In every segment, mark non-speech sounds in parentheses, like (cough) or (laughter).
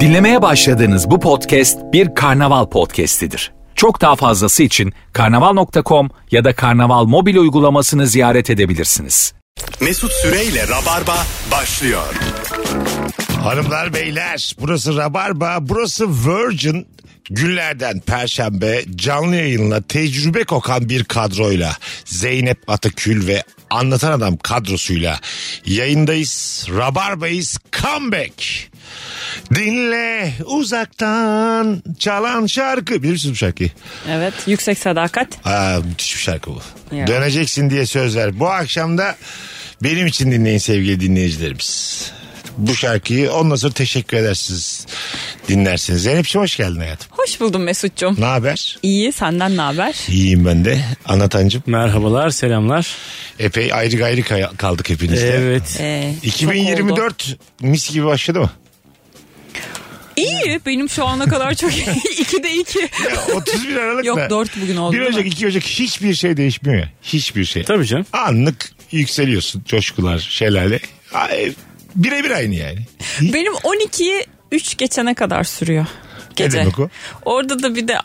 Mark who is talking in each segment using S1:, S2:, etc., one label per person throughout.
S1: Dinlemeye başladığınız bu podcast bir karnaval podcastidir. Çok daha fazlası için karnaval.com ya da karnaval mobil uygulamasını ziyaret edebilirsiniz.
S2: Mesut Süreyle Rabarba başlıyor.
S3: Hanımlar beyler burası Rabarba burası Virgin günlerden Perşembe canlı yayınla tecrübe kokan bir kadroyla Zeynep Atakül ve Anlatan Adam kadrosuyla yayındayız Rabarba'yız comeback dinle uzaktan çalan şarkı bilir misin bu şarkıyı?
S4: Evet yüksek sadakat.
S3: Aa, müthiş bir şarkı bu.
S4: Ya.
S3: Döneceksin diye söz ver. Bu akşam da benim için dinleyin sevgili dinleyicilerimiz. Bu şarkıyı ondan sonra teşekkür edersiniz. Dinlersiniz. Zeynep'ciğim hoş geldin hayatım.
S4: Hoş buldum Mesut'cum.
S3: Ne haber?
S4: İyi senden ne haber?
S3: İyiyim ben de. Anlatancım.
S5: Merhabalar, selamlar.
S3: Epey ayrı gayrı kay- kaldık hepinizle.
S5: Evet.
S4: Ee, çok oldu.
S3: 2024 mis gibi başladı
S4: (laughs)
S3: mı?
S4: İyi benim şu ana kadar çok iyi.
S3: (laughs)
S4: İki de iki.
S3: Ya 31 Aralık'ta.
S4: Yok, dört bugün oldu,
S3: 1
S4: değil
S3: Ocak
S4: mi?
S3: 2 Ocak hiçbir şey değişmiyor. ya. Hiçbir şey.
S5: Tabii canım.
S3: Anlık yükseliyorsun. Coşkular, şelale. Ay, Birebir aynı
S4: (laughs)
S3: yani.
S4: Benim 12'yi 3 geçene kadar sürüyor. Gece.
S3: demek o?
S4: Orada da bir de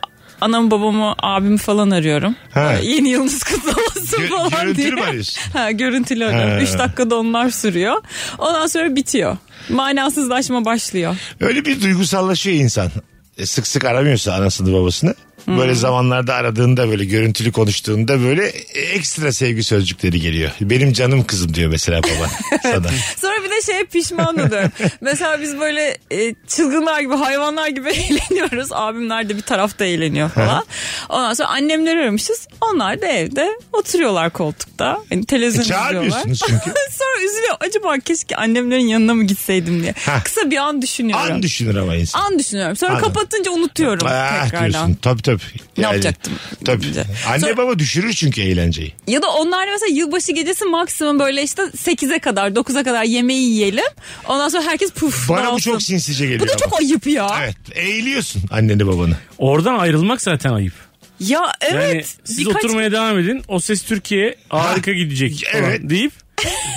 S4: anam babamı abimi falan arıyorum.
S3: Ha.
S4: Ee, Yeni yılınız kutlu olsun
S3: Gö-
S4: falan
S3: görüntülü
S4: diye.
S3: mü arıyorsun?
S4: (laughs) Ha, görüntülü
S3: Ha.
S4: arıyorum. 3 dakikada onlar sürüyor. Ondan sonra bitiyor. Manasızlaşma başlıyor.
S3: Öyle bir duygusallaşıyor insan. E, sık sık aramıyorsa anasını babasını. Böyle
S4: Hmm.
S3: zamanlarda aradığında böyle görüntülü konuştuğunda böyle e, ekstra sevgi sözcükleri geliyor. Benim canım kızım diyor mesela
S4: (laughs)
S3: baba sana.
S4: Sonra bir de şeye pişman oluyorum. Mesela biz böyle e, çılgınlar gibi hayvanlar gibi (laughs) eğleniyoruz. Abimler de bir tarafta eğleniyor falan. Ondan sonra annemler aramışız. Onlar da evde oturuyorlar koltukta. Yani televizyon
S3: E,
S4: izliyorlar.
S3: çağırmıyorsunuz çünkü.
S4: (laughs) sonra üzülüyor. Acaba keşke annemlerin yanına mı gitseydim diye.
S3: Hah.
S4: Kısa bir an düşünüyorum.
S3: An düşünür ama insan.
S4: An düşünüyorum. Sonra
S3: Anladım.
S4: kapatınca unutuyorum
S3: Ah
S4: tekrardan.
S3: diyorsun. Tabii tabii.
S4: Ne yapacaktım?
S3: Tabii.
S4: Gidince.
S3: Anne
S4: Sonra-
S3: baba düşürür çünkü eğlenceyi.
S4: Ya da onlar da mesela yılbaşı gecesi maksimum böyle işte 8'e kadar 9'a kadar yemeği yiyelim. Ondan sonra herkes puf
S3: Bana bu
S4: dağılsın.
S3: çok sinsice geliyor.
S4: Bu da
S3: ama.
S4: çok ayıp ya.
S3: Evet. Eğiliyorsun anneni babanı.
S5: Oradan ayrılmak zaten ayıp.
S4: Ya
S5: Yani
S4: evet.
S5: siz
S4: birkaç-
S5: oturmaya devam edin. O ses Türkiye harika gidecek falan
S3: evet.
S5: deyip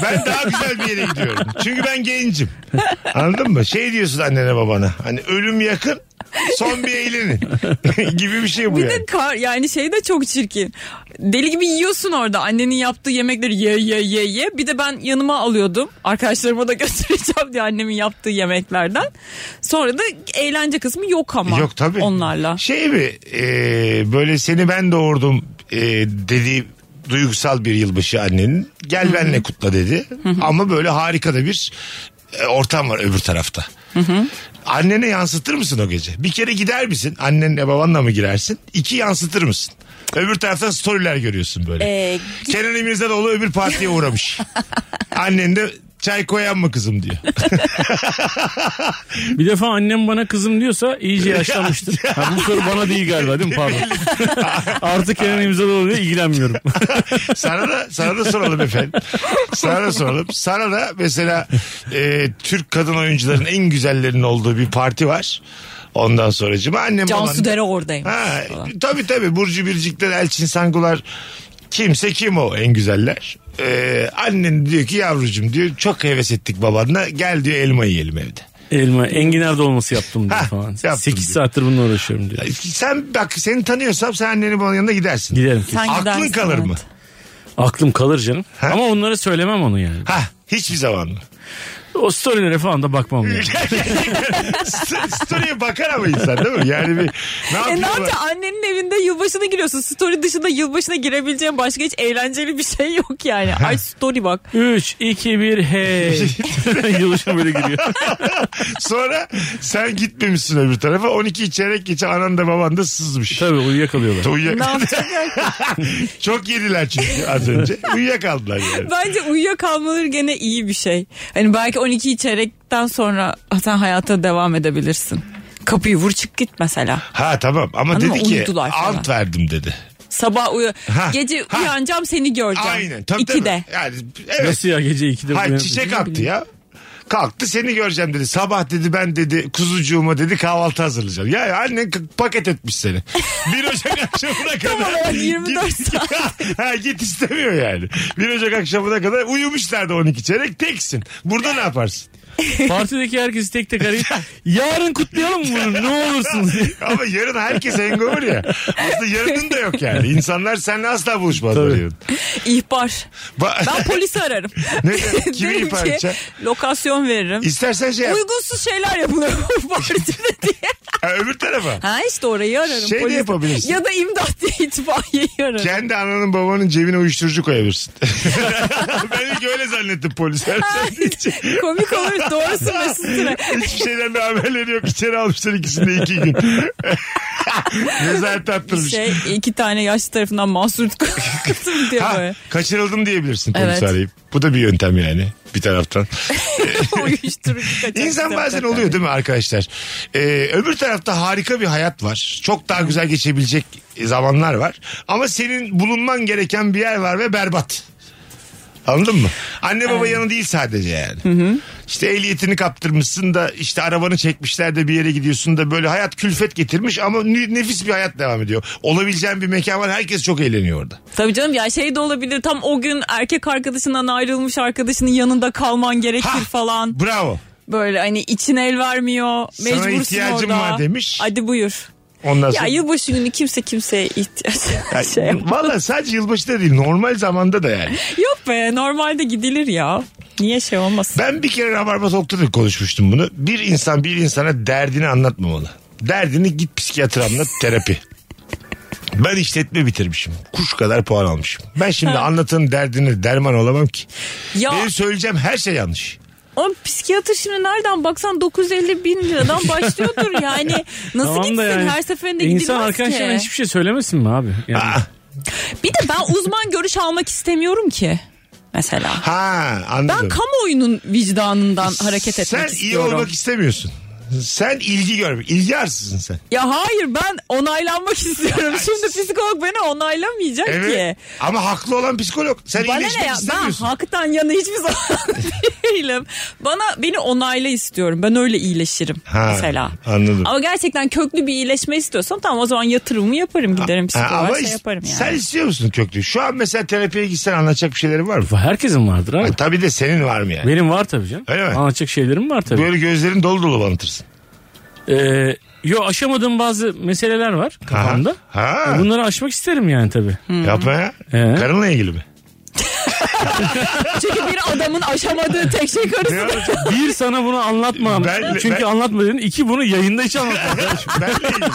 S3: Ben daha güzel bir yere gidiyorum. Çünkü ben gencim. Anladın mı? Şey diyorsun annene babana. Hani ölüm yakın son bir eğlenin. (laughs) gibi bir şey bu
S4: Bir
S3: yani.
S4: de kar yani şey de çok çirkin. Deli gibi yiyorsun orada. Annenin yaptığı yemekleri ye ye ye ye. Bir de ben yanıma alıyordum. Arkadaşlarıma da (laughs) götüreceğim diye annemin yaptığı yemeklerden. Sonra da eğlence kısmı yok ama.
S3: Yok tabii.
S4: Onlarla.
S3: Şey mi e, böyle seni ben doğurdum e, dediği duygusal bir yılbaşı annenin. Gel benle kutla dedi. Ama böyle harika da bir e, ortam var öbür tarafta. Annene yansıtır mısın o gece? Bir kere gider misin? Annenle babanla mı girersin? İki yansıtır mısın? Öbür taraftan storyler görüyorsun böyle.
S4: Ee,
S3: Kenan İmirzalıoğlu öbür partiye uğramış. Annen de çay koyan mı kızım diyor. (laughs)
S5: bir defa annem bana kızım diyorsa iyice yaşlanmıştır. Ha, bu soru bana değil galiba değil mi? Pardon.
S3: (laughs)
S5: Artık Kenan İmzaloğlu'yla ilgilenmiyorum.
S3: Sana da sana da soralım efendim. Sana da soralım. Sana da mesela e, Türk kadın oyuncuların en güzellerinin olduğu bir parti var. Ondan sonracığım annem
S4: Cansu
S3: baban-
S4: Dere oradayım.
S3: Ha, tabii tabii Burcu Biricikler, Elçin Sangular kimse kim o en güzeller. Ee, annen diyor ki yavrucuğum diyor çok heves ettik babanla gel diyor elma yiyelim evde.
S5: Elma enginar dolması yaptım diyor
S3: Ha,
S5: falan.
S3: yaptım diyor.
S5: 8 saattir bununla uğraşıyorum diyor.
S3: Sen bak seni tanıyorsam sen annenin babanın yanına gidersin.
S5: Giderim.
S4: Sen
S3: Aklın
S4: gidersin,
S3: kalır mı?
S4: evet.
S5: Aklım kalır canım. Ama onlara söylemem onu yani.
S3: Ha hiçbir zaman mı?
S5: O storylere falan da bakmam
S3: (laughs)
S5: yani.
S3: St- Story'e bakar ama insan değil mi? Yani bir ne
S4: E ne
S3: yapıyorlar?
S4: yapacaksın? Annenin evinde yılbaşına giriyorsun. Story dışında yılbaşına girebileceğin başka hiç eğlenceli bir şey yok yani. Ay story bak.
S5: 3, 2,
S3: (laughs)
S5: 1 hey. (laughs) Yılışa böyle giriyor.
S3: Sonra sen gitmemişsin öbür tarafa. 12 içerek geçe anan da baban da sızmış.
S5: E,
S3: (laughs)
S5: Tabii uyuyakalıyorlar.
S3: Uyuya-
S4: Ne yapacaklar?
S3: Çok yediler çünkü az önce. Uyuyakaldılar yani.
S4: Bence uyuyakalmaları gene iyi bir şey. Hani belki 12 içerekten sonra sen hayata devam edebilirsin. Kapıyı vur çık git mesela.
S3: Ha tamam ama
S4: Anladın
S3: dedi
S4: mı?
S3: ki
S4: Uyudular falan.
S3: ant verdim dedi.
S4: Sabah uyu
S3: Ha,
S4: gece
S3: ha.
S4: uyanacağım seni göreceğim.
S3: Aynen. Tabii,
S4: İkide.
S3: tabii. Yani, evet.
S5: Nasıl ya gece 2'de
S3: Hayır
S5: uyanıp-
S3: çiçek attı ya. Kalktı seni göreceğim dedi. Sabah dedi ben dedi kuzucuğuma dedi kahvaltı hazırlayacağım. Ya ya annen k- paket etmiş seni. 1 Ocak akşamına kadar.
S4: olarak 24
S3: git, saat. (laughs) ha, git istemiyor yani. 1 Ocak akşamına kadar uyumuşlardı 12 çeyrek teksin. Burada ne yaparsın?
S5: Partideki herkesi tek
S3: (laughs)
S5: tek arayıp yarın kutlayalım mı bunu ne olursunuz diye.
S3: Ama yarın herkes hangover ya. Aslında yarının da yok yani. İnsanlar seninle asla buluşmazlar
S5: Tabii.
S3: yarın.
S4: İhbar.
S3: Ba- (laughs)
S4: Ben polisi ararım.
S3: Neden? Kimi
S4: (laughs) Derim
S3: ihbar
S4: ki,
S3: edeceksin?
S4: Lokasyon veririm.
S3: İstersen şey yap.
S4: Uygunsuz şeyler yapılıyor bu
S3: (laughs)
S4: partide diye.
S3: Ha, öbür tarafa.
S4: Ha işte orayı ararım.
S3: Şey de
S4: polisi.
S3: yapabilirsin.
S4: Ya da imdat diye itfaiyeyi ararım.
S3: Kendi ananın babanın cebine uyuşturucu koyabilirsin. (laughs) ben ilk öyle zannettim polisler. Sen de hiç-
S4: Komik olur
S3: (laughs)
S4: doğrusu Mesut Süre.
S3: Hiçbir şeyden de haberleri yok. İçeri almışlar ikisini de iki gün. (laughs) Nezaret attırmış.
S4: Şey iki tane yaşlı
S3: (laughs)
S4: tarafından mahsur (laughs) kuttum diye
S3: Ha,
S4: böyle.
S3: kaçırıldım diyebilirsin polis
S4: Evet.
S3: arayıp. Bu da bir yöntem yani bir taraftan.
S5: (laughs)
S4: Uyuşturucu kaçak.
S3: İnsan bazen oluyor değil mi arkadaşlar? Ee, öbür tarafta harika bir hayat var. Çok daha güzel geçebilecek zamanlar var. Ama senin bulunman gereken bir yer var ve berbat. Anladın mı? Anne baba yanı değil sadece yani. İşte ehliyetini kaptırmışsın da işte arabanı çekmişler de bir yere gidiyorsun da böyle hayat külfet getirmiş ama nü- nefis bir hayat devam ediyor. Olabileceğin bir mekan var herkes çok eğleniyor orada.
S4: Tabii canım ya şey de olabilir tam o gün erkek arkadaşından ayrılmış arkadaşının yanında kalman gerekir
S3: Ha!
S4: falan.
S3: Bravo.
S4: Böyle hani içine el vermiyor.
S3: Sana
S4: Mecbursun
S3: ihtiyacım
S4: orada.
S3: var demiş.
S4: Hadi buyur.
S3: Ondan
S4: Ya
S3: sonra...
S4: yılbaşı günü kimse kimseye ihtiyaç (laughs) şey yapmaz.
S3: Valla sadece yılbaşında değil normal zamanda da yani.
S4: Yok be normalde gidilir ya. Niye şey olmasın?
S3: Ben bir kere Rabarba Talk'ta da konuşmuştum bunu. Bir insan bir insana derdini anlatmamalı. Derdini git psikiyatr anlat terapi. Ben işletme bitirmişim. Kuş kadar puan almışım. Ben şimdi anlatanın derdini derman olamam ki.
S4: ya
S3: Benim söyleyeceğim her şey yanlış.
S4: o psikiyatr şimdi nereden baksan 950 bin liradan
S3: (laughs)
S4: başlıyordur yani. Nasıl
S5: Tamam
S4: gitsin
S5: da yani,
S4: her seferinde gidilmez
S5: İnsan arkadaşlarına
S4: ki.
S5: hiçbir şey söylemesin mi abi? Yani,
S4: Bir de ben uzman görüş almak istemiyorum ki mesela.
S3: Ha anladım.
S4: Ben kamuoyunun vicdanından hareket etmek
S3: Sen
S4: istiyorum.
S3: iyi olmak istemiyorsun. Sen ilgi görmek. İlgi arsızın sen.
S4: Ya hayır ben onaylanmak (laughs) istiyorum. Şimdi psikolog beni onaylamayacak
S3: Evet.
S4: ki.
S3: Ama haklı olan psikolog. Sen
S4: Bana ne
S3: iyileşmek
S4: ya? Ben
S3: istemiyorsun.
S4: haktan yana hiçbir zaman (laughs) değilim. Bana beni onayla istiyorum. Ben öyle iyileşirim
S3: Ha,
S4: mesela.
S3: anladım.
S4: Ama gerçekten köklü bir iyileşme istiyorsam tamam o zaman yatırımımı yaparım giderim
S3: Ha,
S4: psikoloğa şey
S3: is-
S4: yaparım yani.
S3: Sen istiyor musun köklü? Şu an mesela terapiye gitsen anlatacak bir şeylerin var mı?
S5: herkesin vardır abi.
S3: Ay, E, tabii de senin var mı yani?
S5: Benim var tabii canım.
S3: Öyle mi?
S5: Anlatacak şeylerim var tabii.
S3: Böyle gözlerin dolu dolu anlatırsın.
S5: Ee, yo aşamadığım bazı meseleler var kafamda. E,
S3: Aha. Ha.
S5: Bunları aşmak isterim yani tabii.
S3: Yapma ya.
S5: Ee?
S3: Karınla ilgili mi?
S4: Çünkü bir adamın aşamadığı tek şey
S3: (laughs)
S4: karısı.
S3: Ne olacak?
S5: Bir sana bunu anlatmam.
S3: Ben-
S5: Çünkü
S3: ben-
S5: anlatma dedin. İki bunu yayında
S3: (laughs)
S5: hiç anlatma.
S3: Benle ilgili. mi?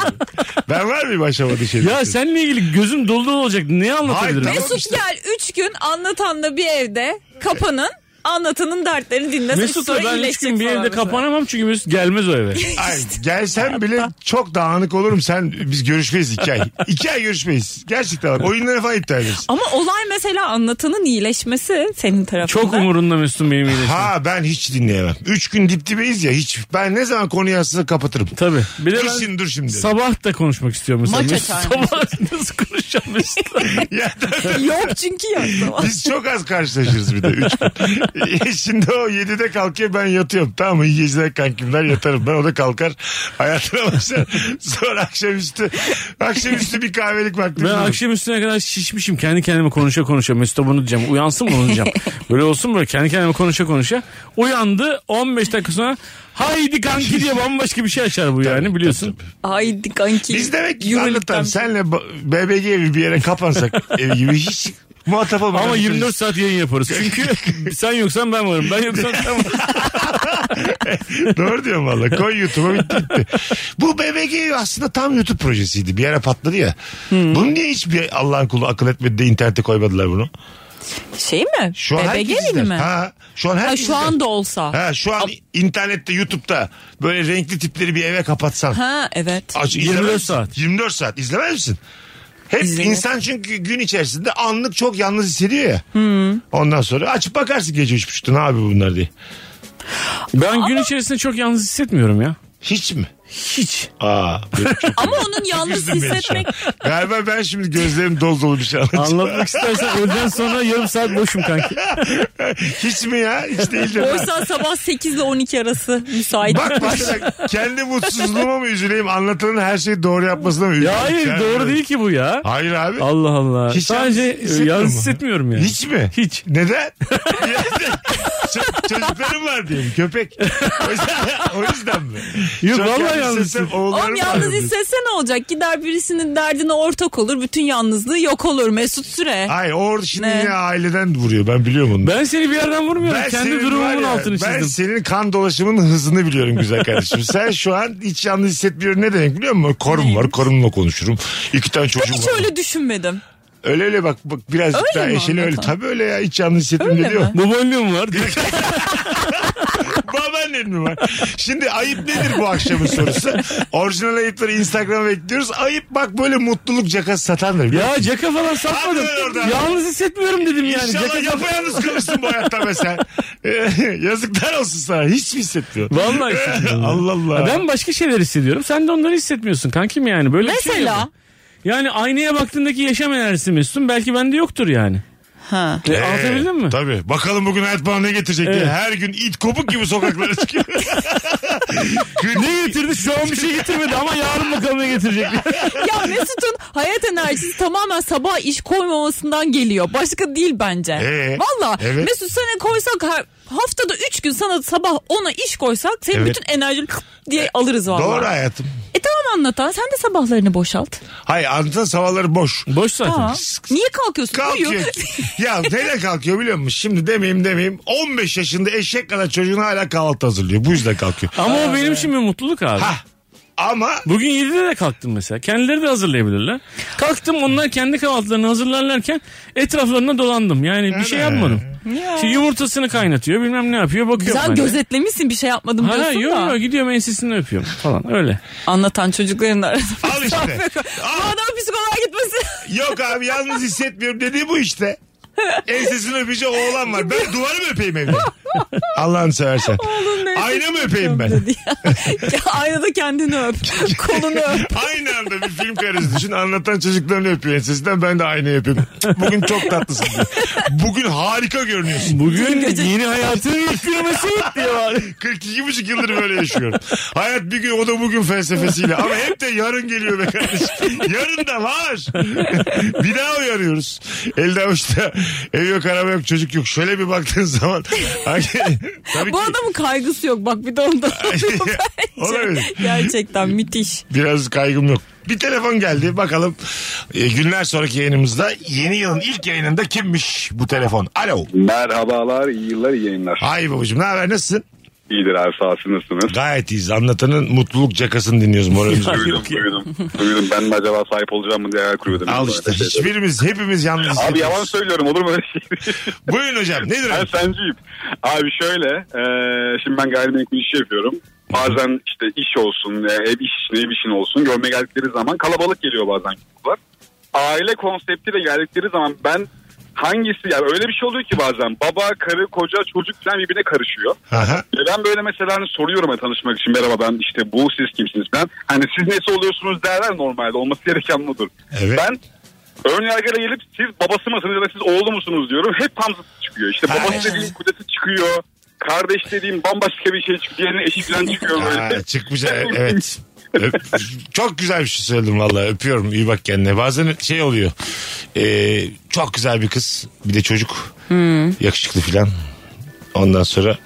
S3: Ben var mıyım şey aşamadığı şeyde?
S5: ya seninle ilgili gözüm dolu dolu olacak. Ne anlatabilirim?
S3: Hayır,
S4: Mesut gel 3 gün anlatanla bir evde kapanın. Anlatanın dertlerini dinlesin.
S5: Mesut'la
S4: sonra
S5: ben üç
S4: iyileşecek
S5: gün bir
S4: falan
S5: evde
S4: mesela.
S5: kapanamam çünkü Mesut gelmez o eve.
S3: Ay, gelsen bile çok dağınık olurum. Sen biz görüşmeyiz iki ay. İki ay görüşmeyiz. Gerçekten bak oyunları falan iptal ederiz.
S4: Ama olay mesela anlatanın iyileşmesi senin tarafından.
S5: Çok umurunda Mesut'un benim iyileşmem.
S3: Ha ben hiç dinleyemem. Üç gün dip dibeyiz ya hiç. Ben ne zaman konuyu aslında kapatırım.
S5: Tabii. Bir de
S3: Dur
S5: ben
S3: şimdi dur şimdi.
S5: sabah da konuşmak istiyorum mesela.
S4: Maç
S5: Mesut
S4: açar
S5: sabah (laughs) nasıl konuşacağım Mesut'la?
S3: ya,
S4: Yok çünkü yok.
S3: Biz çok az karşılaşırız bir de. Üç
S5: (laughs)
S3: gün. E, Şimdi o 7'de kalkıyor ben yatıyorum. Tamam mı? İyi geceler kankimler yatarım. Ben o da kalkar. Hayatına başlar.
S5: (laughs)
S3: Sonra akşamüstü. Akşamüstü bir kahvelik vakti.
S5: Ben akşam üstüne kadar şişmişim. Kendi kendime konuşa konuşa. Mesut'a bunu diyeceğim. Uyansın mı onu diyeceğim. Böyle olsun böyle kendi kendime konuşa konuşa. Uyandı 15 dakika sonra haydi kanki diye bambaşka bir şey açar bu yani biliyorsun.
S4: Haydi kanki.
S3: Biz demek ki
S4: Euroleague'den-
S3: anlatan senle ba- BBG evi bir yere kapansak ev gibi hiç muhatap olmadan.
S5: Ama
S3: bitiririz.
S5: 24 saat yayın yaparız. Çünkü sen yoksan ben varım. Ben yoksan sen varım.
S3: Doğru diyorum valla. Koy YouTube'a bitti gitti. Bu BBG evi aslında tam YouTube projesiydi. Bir yere patladı ya.
S5: Hmm.
S3: Bunu niye hiçbir Allah'ın kulu akıl etmedi de internete koymadılar bunu?
S4: Şey mi?
S3: Şu an
S4: BBG
S3: herkes izler.
S4: mi? Ha,
S3: Ha, şu an herkes
S4: şu
S3: izler.
S4: anda olsa.
S3: Ha şu an internette YouTube'da böyle renkli tipleri bir eve kapatsan.
S4: Ha evet.
S3: Aç,
S5: 24
S3: izlemez misin?
S5: saat.
S3: 24 saat izlemez misin? Hep
S4: İzlenir.
S3: insan çünkü gün içerisinde anlık çok yalnız hissediyor ya. Ondan sonra açıp bakarsın gece üç buçukta ne abi bunlar diye.
S5: Ben gün içerisinde çok yalnız hissetmiyorum ya.
S3: Hiç mi?
S5: Hiç.
S3: Aa. böyle çok
S4: Ama onun (laughs) yalnız
S3: üzdün beni şu an.
S4: hissetmek
S3: Galiba ben şimdi gözlerim doz dolu bir şey anlatacağım.
S5: Anlatmak istersen öğleden sonra yarım saat boşum kanki.
S3: (laughs) Hiç mi ya? Hiç değil de.
S4: oysa sabah 8 ile 12 arası müsait.
S3: Bak başla kendi mutsuzluğuma mı üzüleyim anlatanın her şeyi doğru yapmasına mı üzüleyim?
S5: Ya hayır
S3: Yani
S5: doğru
S3: böyle-
S5: değil ki bu ya.
S3: Hayır abi.
S5: Allah Allah.
S3: Hiç
S5: Sadece
S3: yalnız hissetmiyor
S5: yalnız
S3: mu?
S5: (laughs) hissetmiyorum yani.
S3: Hiç mi?
S5: Hiç.
S3: Neden? Ço- çocuklarım var diyorum köpek. O yüzden, o yüzden mi?
S5: Yok,
S3: Çok
S5: vallahi
S3: yalnız
S5: yalnız.
S3: hissetsem
S4: Oğlum
S3: oğullarım var.
S4: yalnız hissetse ne olacak? Gider birisinin derdine ortak olur. Bütün yalnızlığı yok olur Mesut Süre.
S3: Hayır o şimdi
S4: Ne?
S3: yine aileden vuruyor ben biliyorum onu.
S5: Ben seni bir yerden vurmuyorum. Kendi
S3: senin var
S5: durumumun
S3: ya,
S5: altını
S3: Ben
S5: çizdim.
S3: senin kan dolaşımının hızını biliyorum güzel
S5: (laughs)
S3: kardeşim. Sen şu an hiç yalnız hissetmiyorum ne demek biliyor musun? Korum var korumla konuşurum. İki tane çocuğum
S4: Hiç
S3: var.
S4: öyle düşünmedim.
S3: Öyle öyle bak, bak birazcık
S4: Öyle
S3: daha
S4: mi
S3: eşeli öyle.
S4: anlatan?
S3: Tabii öyle ya hiç yalnız hissetmiyorum
S4: Öyle
S3: ne diyor.
S4: mi?
S5: Bu bonluğum var.
S3: Babaannen mi var? Şimdi ayıp nedir bu akşamın sorusu? Orijinal ayıpları Instagram'a bekliyoruz. Ayıp bak böyle mutluluk cakası satandır. biliyor musun?
S5: ya caka falan satmadım.
S3: Hadi oradan.
S5: Yalnız hissetmiyorum dedim yani.
S3: İnşallah
S5: Caka sat-
S3: yapayalnız kalırsın bu hayatta
S5: (laughs)
S3: mesela. Ee, Yazıklar olsun sana. Hiç mi hissetmiyor? Ee,
S5: Vallahi
S3: (laughs)
S5: hissetmiyorum.
S3: Allah Allah.
S5: Ya Ben başka şeyler hissediyorum. Sen de onları hissetmiyorsun kankim yani. Böyle bir şey
S4: Mesela?
S5: yok. yani aynaya baktığındaki yaşam enerjisi Mesut'un belki bende yoktur yani.
S4: Ha.
S5: E, anlatabildim mi?
S3: Ee, Tabii. Bakalım bugün hayat bana ne getirecek diye.
S5: Evet.
S3: Her gün it kopuk gibi sokaklara
S5: (laughs)
S3: çıkıyor. Gün-
S5: Ne getirdi? Şu an bir şey getirmedi ama yarın bakalım ne getirecek.
S4: Ya Mesut'un hayat enerjisi tamamen sabah iş koymamasından geliyor. Başka değil bence.
S3: Ee,
S4: Valla
S3: evet.
S4: Mesut sana koysak her- haftada 3 gün sana sabah ona iş koysak senin
S3: Evet.
S4: bütün enerjini diye alırız valla.
S3: Doğru hayatım.
S4: E tamam anlatan sen de sabahlarını boşalt.
S3: Hayır anlatan sabahları boş.
S5: Boş zaten.
S4: Tamam. Niye kalkıyorsun?
S3: Kalkıyor.
S4: Uyu.
S3: (laughs) ya neyle kalkıyor biliyor musun? Şimdi demeyeyim demeyeyim. 15 yaşında eşek kadar çocuğuna hala kahvaltı hazırlıyor. Bu yüzden kalkıyor.
S5: Ama o benim için bir mutluluk abi.
S3: Ha. Ama
S5: Bugün 7'de de kalktım mesela. Kendileri de hazırlayabilirler. Kalktım onlar kendi kahvaltılarını hazırlarlarken etraflarına dolandım. Yani bir şey yapmadım.
S4: Ya.
S5: Şimdi yumurtasını kaynatıyor bilmem ne yapıyor bakıyor.
S4: (laughs) Güzel gözetlemişsin bir şey yapmadım
S5: Ha, ha,
S4: diyorsun
S5: yok
S4: da.
S5: yok gidiyorum ensesini öpüyorum falan öyle.
S4: Anlatan çocukların arasında.
S3: Al işte.
S4: mesafe koy.
S3: Al.
S4: Bu adam psikoloğa gitmesi.
S3: yok abi yalnız hissetmiyorum dediği bu işte. Ensesini öpeceği oğlan var. Ben duvarı mı öpeyim evde? Allah'ını seversen. Ayna mı öpeyim ben? (laughs)
S4: Dedi ya. Ya Aynada kendini öp. Kolunu öp.
S3: Aynı anda bir film karesi düşün. Anlatan çocuklarını öpüyor ensesinden ben de aynı yapıyorum. Bugün çok tatlısın diyor. Bugün harika görünüyorsun.
S5: Bugün
S4: Gece-
S5: yeni hayatın ilk gülmesi diye var.
S3: 42 buçuk yıldır böyle yaşıyorum. Hayat bir gün o da bugün felsefesiyle. Ama hep de yarın geliyor be kardeşim. Yarın da var. bir daha uyarıyoruz. Elde avuçta ev yok araba yok çocuk yok. Şöyle bir baktığın zaman. Hani, tabii
S4: Bu
S3: ki
S4: adamın kaygısı yok. Bak bir de ondan oluyor bence.
S3: (laughs) Olabilir.
S4: (laughs) Gerçekten müthiş.
S3: biraz kaygım yok. Bir telefon geldi bakalım e, günler sonraki yayınımızda yeni yılın ilk yayınında kimmiş bu telefon? Alo.
S6: Merhabalar, iyi yıllar, iyi yayınlar.
S3: Ay babacığım ne haber nasılsın?
S6: İyidir abi sağ olsun, nasılsınız?
S3: Gayet iyiyiz. Anlatanın mutluluk cakasını dinliyoruz
S6: (laughs)
S3: moralimiz.
S6: Duydum,
S3: (laughs)
S6: duydum. duydum. Ben de acaba sahip olacağım mı diye hayal kuruyordum.
S3: Al işte hiçbirimiz hepimiz yalnız.
S6: Abi yalan
S3: hissediyoruz.
S6: söylüyorum olur mu öyle şey?
S3: (laughs) Buyurun hocam nedir?
S6: ben
S3: abi?
S6: senciyim. Abi şöyle, e, şimdi ben gayrimenkul işi yapıyorum. Bazen işte iş olsun, e, ev işine ev işin olsun. Görmeye geldikleri zaman kalabalık geliyor bazen çocuklar. Aile konseptiyle geldikleri zaman ben hangisi yani öyle bir şey oluyor ki bazen baba, karı, koca, çocuk falan birbirine karışıyor.
S3: Aha.
S6: E Ben böyle mesela hani soruyorum hani tanışmak için merhaba ben işte bu siz kimsiniz ben. Hani siz nesi oluyorsunuz derler normalde olması gereken budur.
S3: Evet.
S6: Ben ön yargıyla gelip siz babası mısınız ya da siz oğlu musunuz diyorum. Hep tam zıttı çıkıyor. İşte
S3: Ha.
S6: babası dediğim kudası çıkıyor. Kardeş dediğim bambaşka bir şey çıkıyor. Diğerinin
S3: (laughs)
S6: eşi falan çıkıyor böyle.
S3: Aa, çıkmış e- evet. Öp- çok güzel bir şey söyledim valla öpüyorum iyi bak kendine bazen şey oluyor e, çok güzel bir kız bir de çocuk yakışıklı filan ondan sonra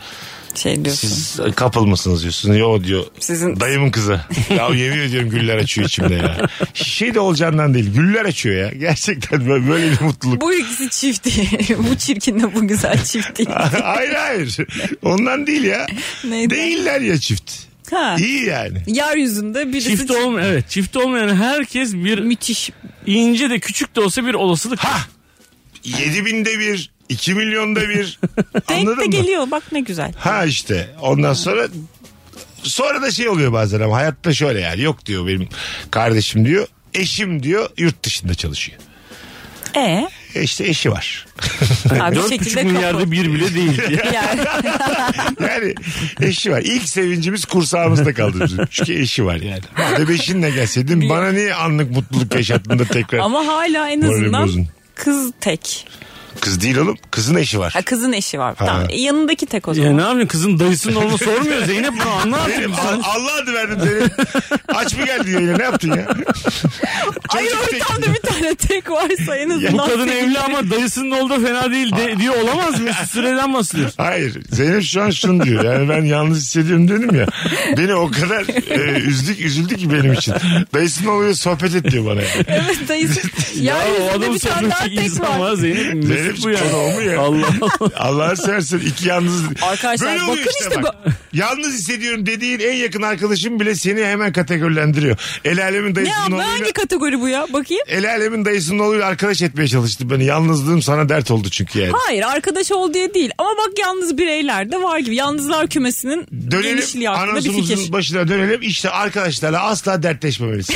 S4: Şey diyorsun.
S3: siz couple mısınız diyorsun yo diyor
S4: Sizin-
S3: dayımın
S4: (laughs)
S3: kızı ya yemin ediyorum güller açıyor içimde ya şey de olacağından değil güller açıyor ya gerçekten böyle böyle bir mutluluk
S4: Bu ikisi çift değil. (laughs) bu çirkinle bu güzel
S3: (laughs)
S4: çift değil.
S3: hayır hayır ondan değil ya
S4: Neydi?
S3: değiller ya çift
S4: Ha.
S3: iyi yani
S4: Yeryüzünde birisi
S5: (laughs) Çift
S4: çift-
S5: olmayan evet çift olmayan herkes bir
S4: müthiş.
S5: ince de küçük de olsa bir olasılık.
S3: Ha! 7 binde bir, 2 milyonda
S4: (laughs)
S3: bir.
S4: Denk de
S3: Anladın mı?
S4: geliyor bak ne güzel.
S3: Ha işte ondan sonra sonra da şey oluyor bazen ama hayatta şöyle yani yok diyor benim kardeşim diyor. Eşim diyor yurt dışında çalışıyor.
S4: E
S3: E işte eşi
S4: (laughs)
S3: var.
S4: abi bir
S5: 4,5
S4: şekilde
S5: milyarda
S4: kapı.
S5: bir bile (laughs) değil.
S3: (laughs)
S4: Yani,
S3: Yani eşi var. İlk sevincimiz kursağımızda kaldı bizim. Çünkü eşi var yani. Madem eşinle gelseydin bana niye anlık mutluluk yaşattın da tekrar.
S4: ama hala en
S3: Moralim
S4: azından
S3: bozun.
S4: kız tek.
S3: Kız değil oğlum. Kızın eşi var.
S4: Ha kızın eşi var. Tamam. E, yanındaki tek o
S5: Ya
S4: zaman.
S5: ne yapayım kızın dayısının olduğunu sormuyor Zeynep bunu anla
S4: (laughs)
S5: artık.
S3: Benim, Al- Allah adı verdim seni. Aç mı geldi yayına ne yaptın
S4: (laughs)
S3: ya?
S4: Hayır (laughs)
S3: Çocuk tek-
S4: ortamda bir tane tek varsa en azından.
S5: Bu kadın
S4: sevgili-
S5: evli ama dayısının olduğu fena değil de, diyor olamaz mı? Mesut Süre'den bahsediyorsun.
S3: Hayır. Zeynep şu an şunu diyor. Yani ben yalnız hissediyorum dedim ya. Beni o kadar e, üzdük üzüldü ki benim için. Dayısının oluyor sohbet et diyor bana. yani.
S4: Evet dayısı. ya,
S5: Ya o
S4: yüzünde
S5: adam
S4: bir tane
S3: şey
S4: daha
S5: sormayacak
S4: tek var.
S5: insan var Zeynep. Mesut
S3: Zeynep
S5: bu ya.
S3: konu o mu ya?
S5: (laughs) Allah Allah.
S3: Allah'ını seversen iki yalnız.
S4: Arkadaşlar
S3: Böyle oluyor
S4: bakın işte
S3: bak. Yalnız hissediyorum dediğin en yakın arkadaşın bile seni hemen kategorilendiriyor. El alemin
S4: Ne
S3: dayısının
S4: abi
S3: oğluyla...
S4: hangi kategori bu ya? Bakayım.
S3: El alemin dayısının oğluyla arkadaş etmeye çalıştı beni. Yalnızlığım sana dert oldu çünkü yani.
S4: Hayır arkadaş ol diye değil. Ama bak yalnız bireyler de var gibi. Yalnızlar kümesinin genişliği
S3: Dönelim
S4: hakkında bir fikir.
S3: anonsumuzun başına dönelim. İşte arkadaşlarla asla
S4: (laughs)
S3: dertleşmemelisin.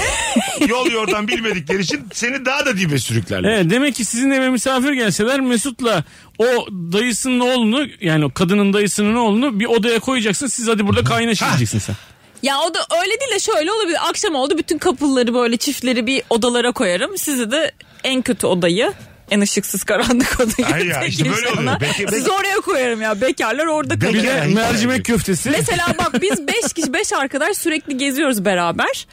S3: Yol yordan bilmedikleri için seni daha da dibe sürüklerler.
S5: Evet, demek ki sizin eve misafir gelseler Mesut'la o dayısının oğlunu yani o kadının dayısının oğlunu bir odaya koyacaksın. Siz hadi burada kaynaşın diyeceksin sen.
S4: Ya o da öyle değil de şöyle olabilir. Akşam oldu bütün kapıları böyle çiftleri bir odalara koyarım. Size de en kötü odayı en ışıksız karanlık odayı.
S3: Ay ya,
S4: tek
S3: işte böyle
S4: insana.
S3: oluyor. Beki-
S4: Sizi oraya koyarım ya. Bekarlar orada kalır.
S5: Bir de
S3: Yani-
S5: mercimek köftesi.
S4: Mesela bak biz 5 kişi 5 arkadaş sürekli geziyoruz beraber.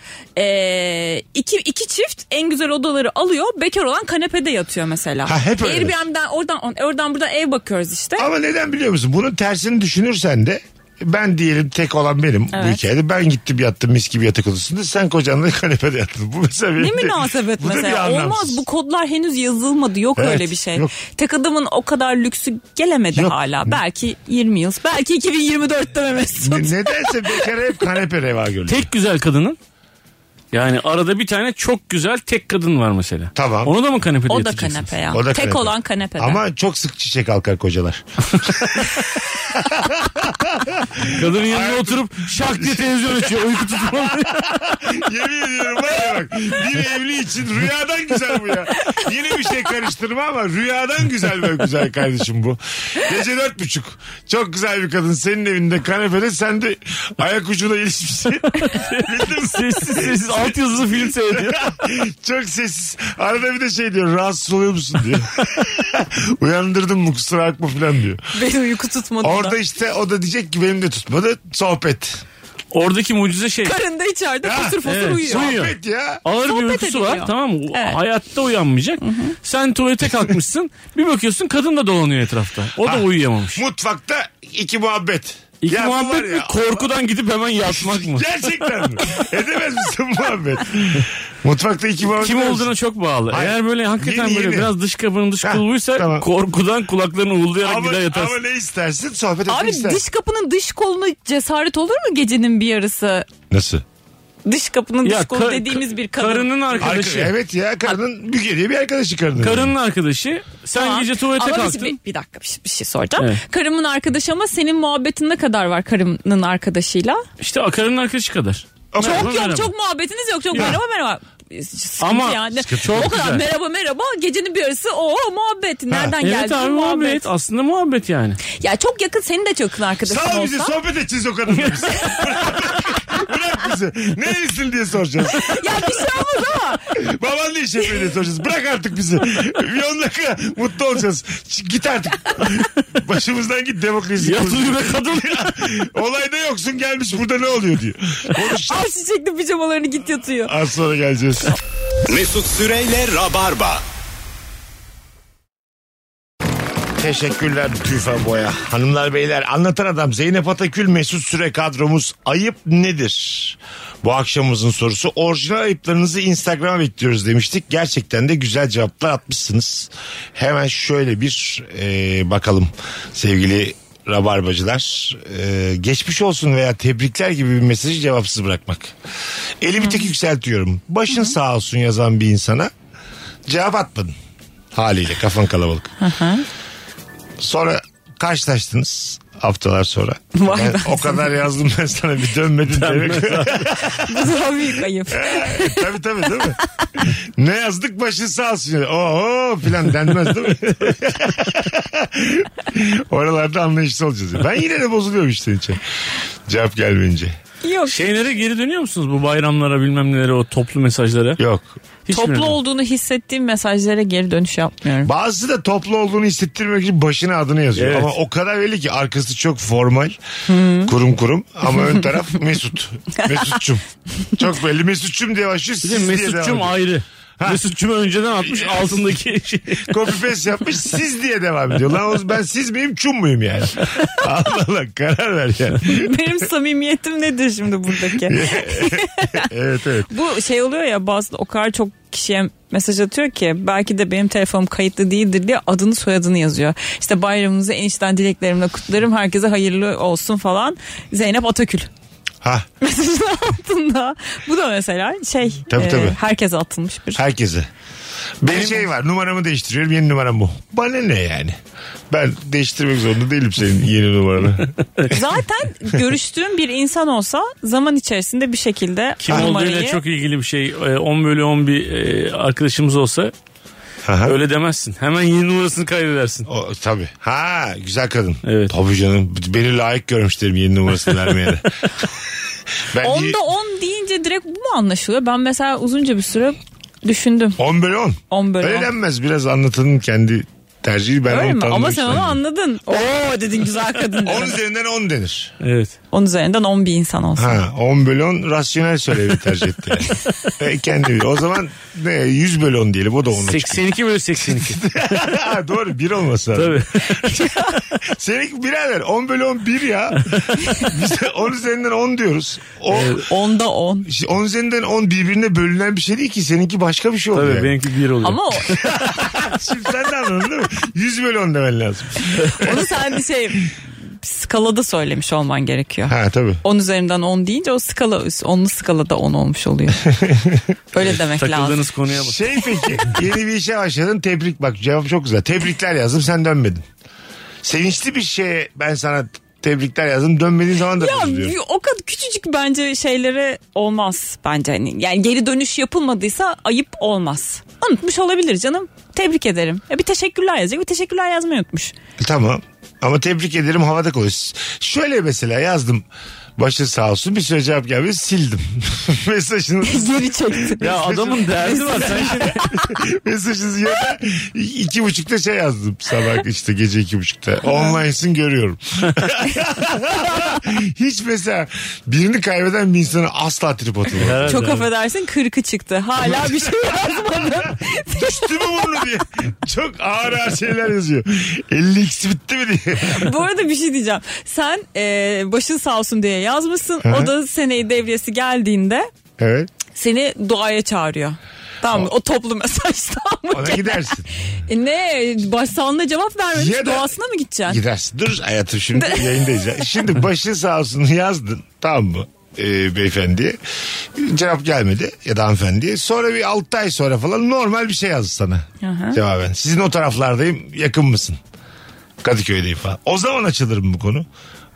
S4: Ee, iki, iki çift en güzel odaları alıyor. Bekar olan kanepede yatıyor mesela.
S3: Ha, hep öyle.
S4: Airbnb'den oradan oradan buradan ev bakıyoruz işte.
S3: Ama neden biliyor musun? Bunun tersini düşünürsen de ben diyelim tek olan benim bu
S4: Evet.
S3: hikayede. Ben gittim yattım mis gibi yatak odasında. Sen kocanla kanepede yattın. Bu mesela benim
S4: Ne
S3: de-
S4: münasebet
S3: Bu da bir
S4: mesela.
S3: anlamsız.
S4: Olmaz bu kodlar henüz yazılmadı. Yok
S3: Evet,
S4: öyle bir şey.
S3: yok.
S4: Tek adamın o kadar lüksü gelemedi
S3: Yok.
S4: hala. Belki 20 yıl. Belki 2024'te mi Mesut?
S3: Ne- nedense bekara hep kanepe reva görüyor.
S5: Tek güzel kadının yani arada bir tane çok güzel tek kadın var mesela.
S3: Tamam.
S5: Onu da mı kanepede
S4: O da
S5: yatacaksınız?
S4: kanepe ya.
S3: O da
S4: Tek
S3: kanepe.
S4: olan kanepede.
S3: Ama çok sık çiçek alkar kocalar.
S5: Kadının yanına oturup şak diye televizyon açıyor. Uyku tutmalı.
S3: Yemin ediyorum var ya bak. Bir evli için rüyadan güzel bu ya. Yine bir şey karıştırma ama rüyadan güzel ve güzel kardeşim bu. Gece dört buçuk. Çok güzel bir kadın senin evinde kanepede sen de ayak ucuna ilişmişsin. Bildin mi?
S5: sessiz (laughs) sessiz alt yazılı film seyrediyor.
S3: Çok sessiz. Arada bir de şey diyor rahatsız oluyor musun diyor. (laughs) Uyandırdım mı kusura bakma falan diyor.
S4: Beni uyku tutmadı
S3: Orada
S4: da.
S3: işte o da diyecek ki benim de tutmadı. Sohbet.
S5: Oradaki mucize şey.
S4: Karın da içeride
S3: Ha,
S4: fosur fosur
S5: evet,
S4: uyuyor.
S5: uyuyor.
S3: Sohbet ya.
S5: Ağır bir
S4: Sohbet
S5: uykusu
S4: ediliyor.
S5: var tamam mı? O
S4: Evet.
S5: Hayatta uyanmayacak. Sen tuvalete kalkmışsın. bir bakıyorsun kadın da dolanıyor etrafta. O da uyuyamamış.
S3: Mutfakta iki muhabbet.
S5: İki
S3: Ya bu var
S5: muhabbet mi?
S3: ya,
S5: Korkudan gidip hemen yatmak mı?
S3: Gerçekten mi? Edemez misin muhabbet? Mutfakta iki muhabbet.
S5: Kim
S3: eder misin?
S5: olduğuna çok bağlı.
S3: Hayır.
S5: Eğer böyle hakikaten
S3: Yeni,
S5: böyle
S3: yeni.
S5: biraz dış kapının dış
S3: Ha,
S5: kulbuysa
S3: tamam.
S5: korkudan kulaklarını uğurlayarak
S3: ama,
S5: gider
S3: ama
S5: yatarsın.
S3: ne istersin? Sohbet etmek
S4: Abi
S3: istersin.
S4: dış kapının dış koluna cesaret olur mu gecenin bir yarısı?
S3: Nasıl?
S4: Dış kapının
S5: Ya
S4: dış kolu
S5: ka-
S4: dediğimiz bir kadın.
S5: Karının arkadaşı.
S3: evet ya karının bir geriye bir arkadaşı karının.
S5: Karının arkadaşı. Sen
S4: Tamam.
S5: gece tuvalete
S4: Ama biz-
S5: kalktın.
S4: Bir, bir dakika bir şey, bir şey soracağım.
S5: Evet.
S4: Karımın arkadaşı ama senin muhabbetin ne kadar var karımın arkadaşıyla?
S5: İşte karının arkadaşı kadar.
S3: O kadar.
S5: Merhaba,
S4: Yok
S5: merhaba.
S4: çok muhabbetiniz yok çok merhaba merhaba. Sıkıntı
S5: Ama
S4: yani.
S5: sıkıntı çok
S4: o kadar
S5: güzel.
S4: merhaba merhaba gecenin bir yarısı o muhabbet nereden geldi
S5: Evet abi
S4: muhabbet.
S5: muhabbet. Aslında muhabbet yani.
S4: Ya çok yakın senin de çok yakın arkadaşın
S3: Sağ
S5: şey
S3: ol bizi
S4: olsa.
S3: sohbet edeceğiz o kadınla
S4: (laughs)
S3: biz. (laughs) Bırak bizi. Nerelisin diye soracağız.
S4: ya bir şey olmaz ama
S3: Baban ne iş yapıyor diye soracağız. Bırak artık bizi. Bir 10 dakika mutlu olacağız. Ç- Git artık. Başımızdan git demokrasi. (laughs)
S5: Yatılıyor be kadın.
S3: Olayda yoksun gelmiş burada ne oluyor diyor. Konuşacağız.
S4: al çiçekli pijamalarını git yatıyor. (laughs)
S3: Az sonra geleceğiz.
S2: Mesut Süreyle Rabarba.
S3: Teşekkürler Tüfe Boya. Hanımlar beyler anlatan adam Zeynep Atakül Mesut Süre kadromuz ayıp nedir? Bu akşamımızın sorusu orijinal ayıplarınızı Instagram'a bekliyoruz demiştik. Gerçekten de güzel cevaplar atmışsınız. Hemen şöyle bir e, bakalım sevgili rabarbacılar. E, geçmiş olsun veya tebrikler gibi bir mesajı cevapsız bırakmak. Elimi tek yükseltiyorum. Başın sağ olsun yazan bir insana cevap atmadın. Haliyle kafan kalabalık. Sonra karşılaştınız haftalar sonra.
S4: Vay
S3: Ben
S4: be.
S3: o kadar yazdım ben sana bir dönmedin demek.
S4: Bu daha büyük ayıp.
S3: (laughs) tabii tabii değil mi? ne yazdık başın sağ olsun. yani. Oo filan denmez değil mi? (laughs) Oralarda anlayışlı olacağız. Ben yine de bozuluyorum işte içe. Cevap gelmeyince.
S4: Yok.
S5: Şey Şeylere geri dönüyor musunuz bu bayramlara bilmem nelere o toplu mesajlara?
S3: Yok.
S5: Hiçbirine.
S4: Toplu olduğunu hissettiğim mesajlara geri
S3: (laughs)
S4: dönüş yapmıyorum.
S3: Bazısı da toplu olduğunu hissettirmek için başına adını yazıyor.
S5: Evet.
S3: Ama o kadar belli ki arkası çok formal. Kurum kurum. Ama ön
S5: (laughs)
S3: taraf Mesut. Mesutçum. Çok belli Mesutçum diye başlıyor.
S5: Bir de
S3: Siz diye devam
S5: Mesut'cum
S3: ediyor.
S5: ayrı. Mesut'cum önceden atmış altındaki (laughs) şey.
S3: Copy paste yapmış siz diye devam ediyor. Lan oğlum ben siz miyim çum muyum yani? Allah Allah karar ver yani.
S4: Benim samimiyetim nedir şimdi buradaki?
S3: Evet evet.
S4: Bu şey oluyor ya bazı o kadar çok kişiye mesaj atıyor ki belki de benim telefonum kayıtlı değildir diye adını soyadını yazıyor. İşte bayramınızı enişten dileklerimle kutlarım. Herkese hayırlı olsun falan. Zeynep Atakül. (laughs)
S3: Ha
S4: Mesajın altında. Bu da mesela şey
S3: Tabii, tabii.
S4: herkese atılmış bir.
S3: herkese. Benim şey var numaramı değiştiriyorum yeni numaram bu. Bana ne yani? Ben değiştirmek zorunda değilim senin yeni
S5: (laughs)
S3: numaranı.
S4: Zaten görüştüğüm bir insan olsa zaman içerisinde bir şekilde
S5: Kim olduğuyla çok ilgili bir şey. Ee, 10 bölü 10 bir e, arkadaşımız olsa
S3: Aha.
S5: öyle demezsin. Hemen yeni numarasını kaydedersin.
S3: O, tabii. Ha güzel kadın.
S5: Evet.
S3: Tabii canım. Beni layık görmüşlerim yeni numarasını
S4: (laughs)
S3: vermeye. ben
S4: 10'da 10 deyince direkt bu mu anlaşılıyor? Ben mesela uzunca bir süre düşündüm.
S3: 10 bölü 10.
S4: 10 bölü
S3: Öyle
S4: 10.
S3: denmez. Biraz anlatanın kendi tercihi. Ben
S4: Öyle
S3: onu
S4: mi?
S3: tanıdım.
S4: Ama sen onu
S3: işte.
S4: anladın. Oo dedin güzel kadın.
S3: 10 üzerinden 10 denir.
S5: Evet.
S4: 10 üzerinden 10 bir
S3: (laughs)
S4: insan olsun.
S3: Ha, 10 bölü 10 rasyonel söylevi tercih etti.
S4: (laughs)
S3: yani. e, kendi O zaman ne, 100 bölü 10 diyelim. O da 10.
S5: 82 bölü (laughs) 82.
S3: Ha, doğru 1 olması lazım.
S5: Tabii.
S3: (laughs) Senin birader 10 bölü 10 1
S4: (laughs)
S3: ya. Biz 10 üzerinden 10 diyoruz. O,
S4: 10'da 10.
S3: işte 10 üzerinden 10 birbirine bölünen bir şey değil ki. Seninki başka bir şey oluyor.
S5: Tabii
S3: yani.
S5: benimki 1 oluyor.
S4: Ama o-
S3: Şimdi sen de anladın değil mi? 100 bölü 10 demen lazım.
S4: onu sen bir şey skalada söylemiş olman gerekiyor.
S3: Ha tabii.
S4: 10 üzerinden 10 deyince o skala onlu skalada 10 olmuş oluyor. Öyle demek lazım.
S5: Takıldığınız konuya bak.
S3: Şey peki yeni bir işe başladın tebrik bak cevap çok güzel. Tebrikler yazdım sen dönmedin. Sevinçli bir şeye ben sana tebrikler yazdım dönmediğin zaman da
S4: Ya
S3: üzülüyorum.
S4: o kadar küçücük bence şeylere olmaz bence hani yani geri dönüş yapılmadıysa ayıp olmaz. Unutmuş olabilir canım. Tebrik ederim. Ya bir teşekkürler yazacak. Bir teşekkürler yazmayı unutmuş. (laughs)
S3: E, Tamam ama tebrik ederim havada koyuyoruz. Şöyle mesela yazdım başı sağ olsun bir süre cevap gelmedi sildim. (laughs) mesajını
S4: Geri çekti.
S5: Ya adamın derdi var.
S4: (laughs)
S5: Sen şimdi
S3: mesajınızı ya da iki buçukta şey yazdım sabah işte gece iki buçukta. Online'sın görüyorum. (laughs) Hiç mesela birini kaybeden bir insana asla trip atılmaz.
S4: Çok affedersin kırkı çıktı. Hala bir şey yazmadım.
S3: Düştü mü burnu diye. Çok ağır ağır şeyler yazıyor. 50x bitti mi diye.
S4: Bu arada bir şey diyeceğim. Sen e, başın sağ olsun diye yazmışsın. O da seneyi devresi geldiğinde
S3: Evet.
S4: seni duaya çağırıyor. Tamam mı? O toplu mesajdan (laughs) mı?
S3: Ona gidersin.
S4: E ne? Başsağlığına cevap vermemiş.
S3: Ya da-
S4: Doğasına mı gideceksin?
S3: Gidersin. Dur hayatım
S4: (laughs)
S3: şimdi yayındayız. ya. Şimdi başın sağ olsun yazdın. Tamam mı? Ee, beyefendiye. Cevap gelmedi ya da hanımefendiye. Sonra bir 6 ay sonra falan normal bir şey yazdı sana.
S4: Aha.
S3: Cevaben. Sizin o taraflardayım yakın mısın? Kadıköy'deyim falan. O zaman açılır mı bu konu?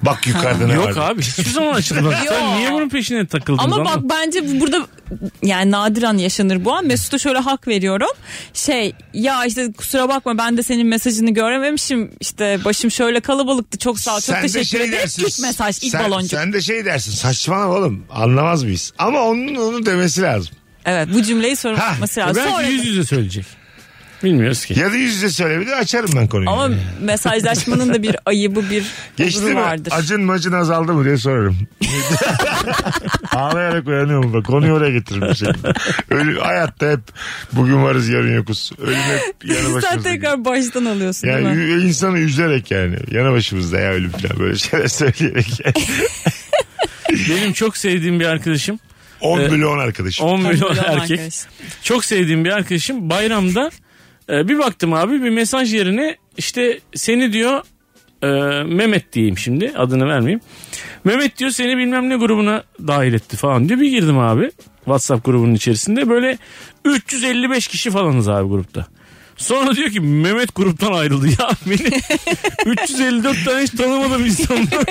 S3: Bak yukarıda ne
S5: Yok
S3: vardı.
S5: abi hiçbir
S3: (laughs)
S5: zaman açılmaz. Sen
S4: Yok.
S5: niye bunun peşine takıldın?
S4: Ama bak
S5: lan?
S4: bence burada yani nadiren yaşanır bu an. Mesut'a şöyle hak veriyorum. Şey ya işte kusura bakma ben de senin mesajını görememişim. İşte başım şöyle kalabalıktı. Çok sağ ol. Çok teşekkür ederim. İlk mesaj, ilk
S3: şey sen,
S4: baloncuk.
S3: Sen de şey dersin saçmalama oğlum anlamaz mıyız? Ama onun onu demesi lazım.
S4: Evet bu cümleyi sorulması
S5: Ya
S4: lazım.
S5: belki
S4: Sonra-
S5: yüz yüze söyleyecek.
S3: (laughs)
S5: Bilmiyoruz ki.
S3: Ya da yüz yüze söylemedi açarım ben konuyu.
S4: Ama
S3: Yani.
S4: mesajlaşmanın da bir ayıbı bir
S3: Geçti
S4: gururu
S3: mi?
S4: vardır.
S3: Acın macın azaldı mı diye
S4: (laughs)
S3: sorarım. Ağlayarak uyanıyorum bak. Konuyu oraya getiririm bir şekilde. Ölü, hayatta hep bugün varız yarın yokuz. Ölüm hep yanı
S4: Sen
S3: başımızda.
S4: tekrar baştan alıyorsun
S3: Yani
S4: değil mi?
S3: ü- insanı üzerek yani. Yana başımızda ya ölüm falan böyle şeyler söyleyerek.
S4: (laughs)
S5: Benim çok sevdiğim bir arkadaşım
S3: 10
S5: Ee,
S3: bölü 10 arkadaşım.
S5: 10 milyon
S4: milyon
S5: erkek.
S4: arkadaş.
S5: Çok sevdiğim bir arkadaşım bayramda e, bir baktım abi bir mesaj yerine işte seni diyor e, Mehmet diyeyim şimdi adını vermeyeyim. Mehmet diyor seni bilmem ne grubuna dahil etti falan diyor. Bir girdim abi WhatsApp grubunun içerisinde böyle 355 kişi falanız abi grupta. Sonra diyor ki Mehmet gruptan ayrıldı (laughs) ya beni 354 tane hiç tanımadım insanlar.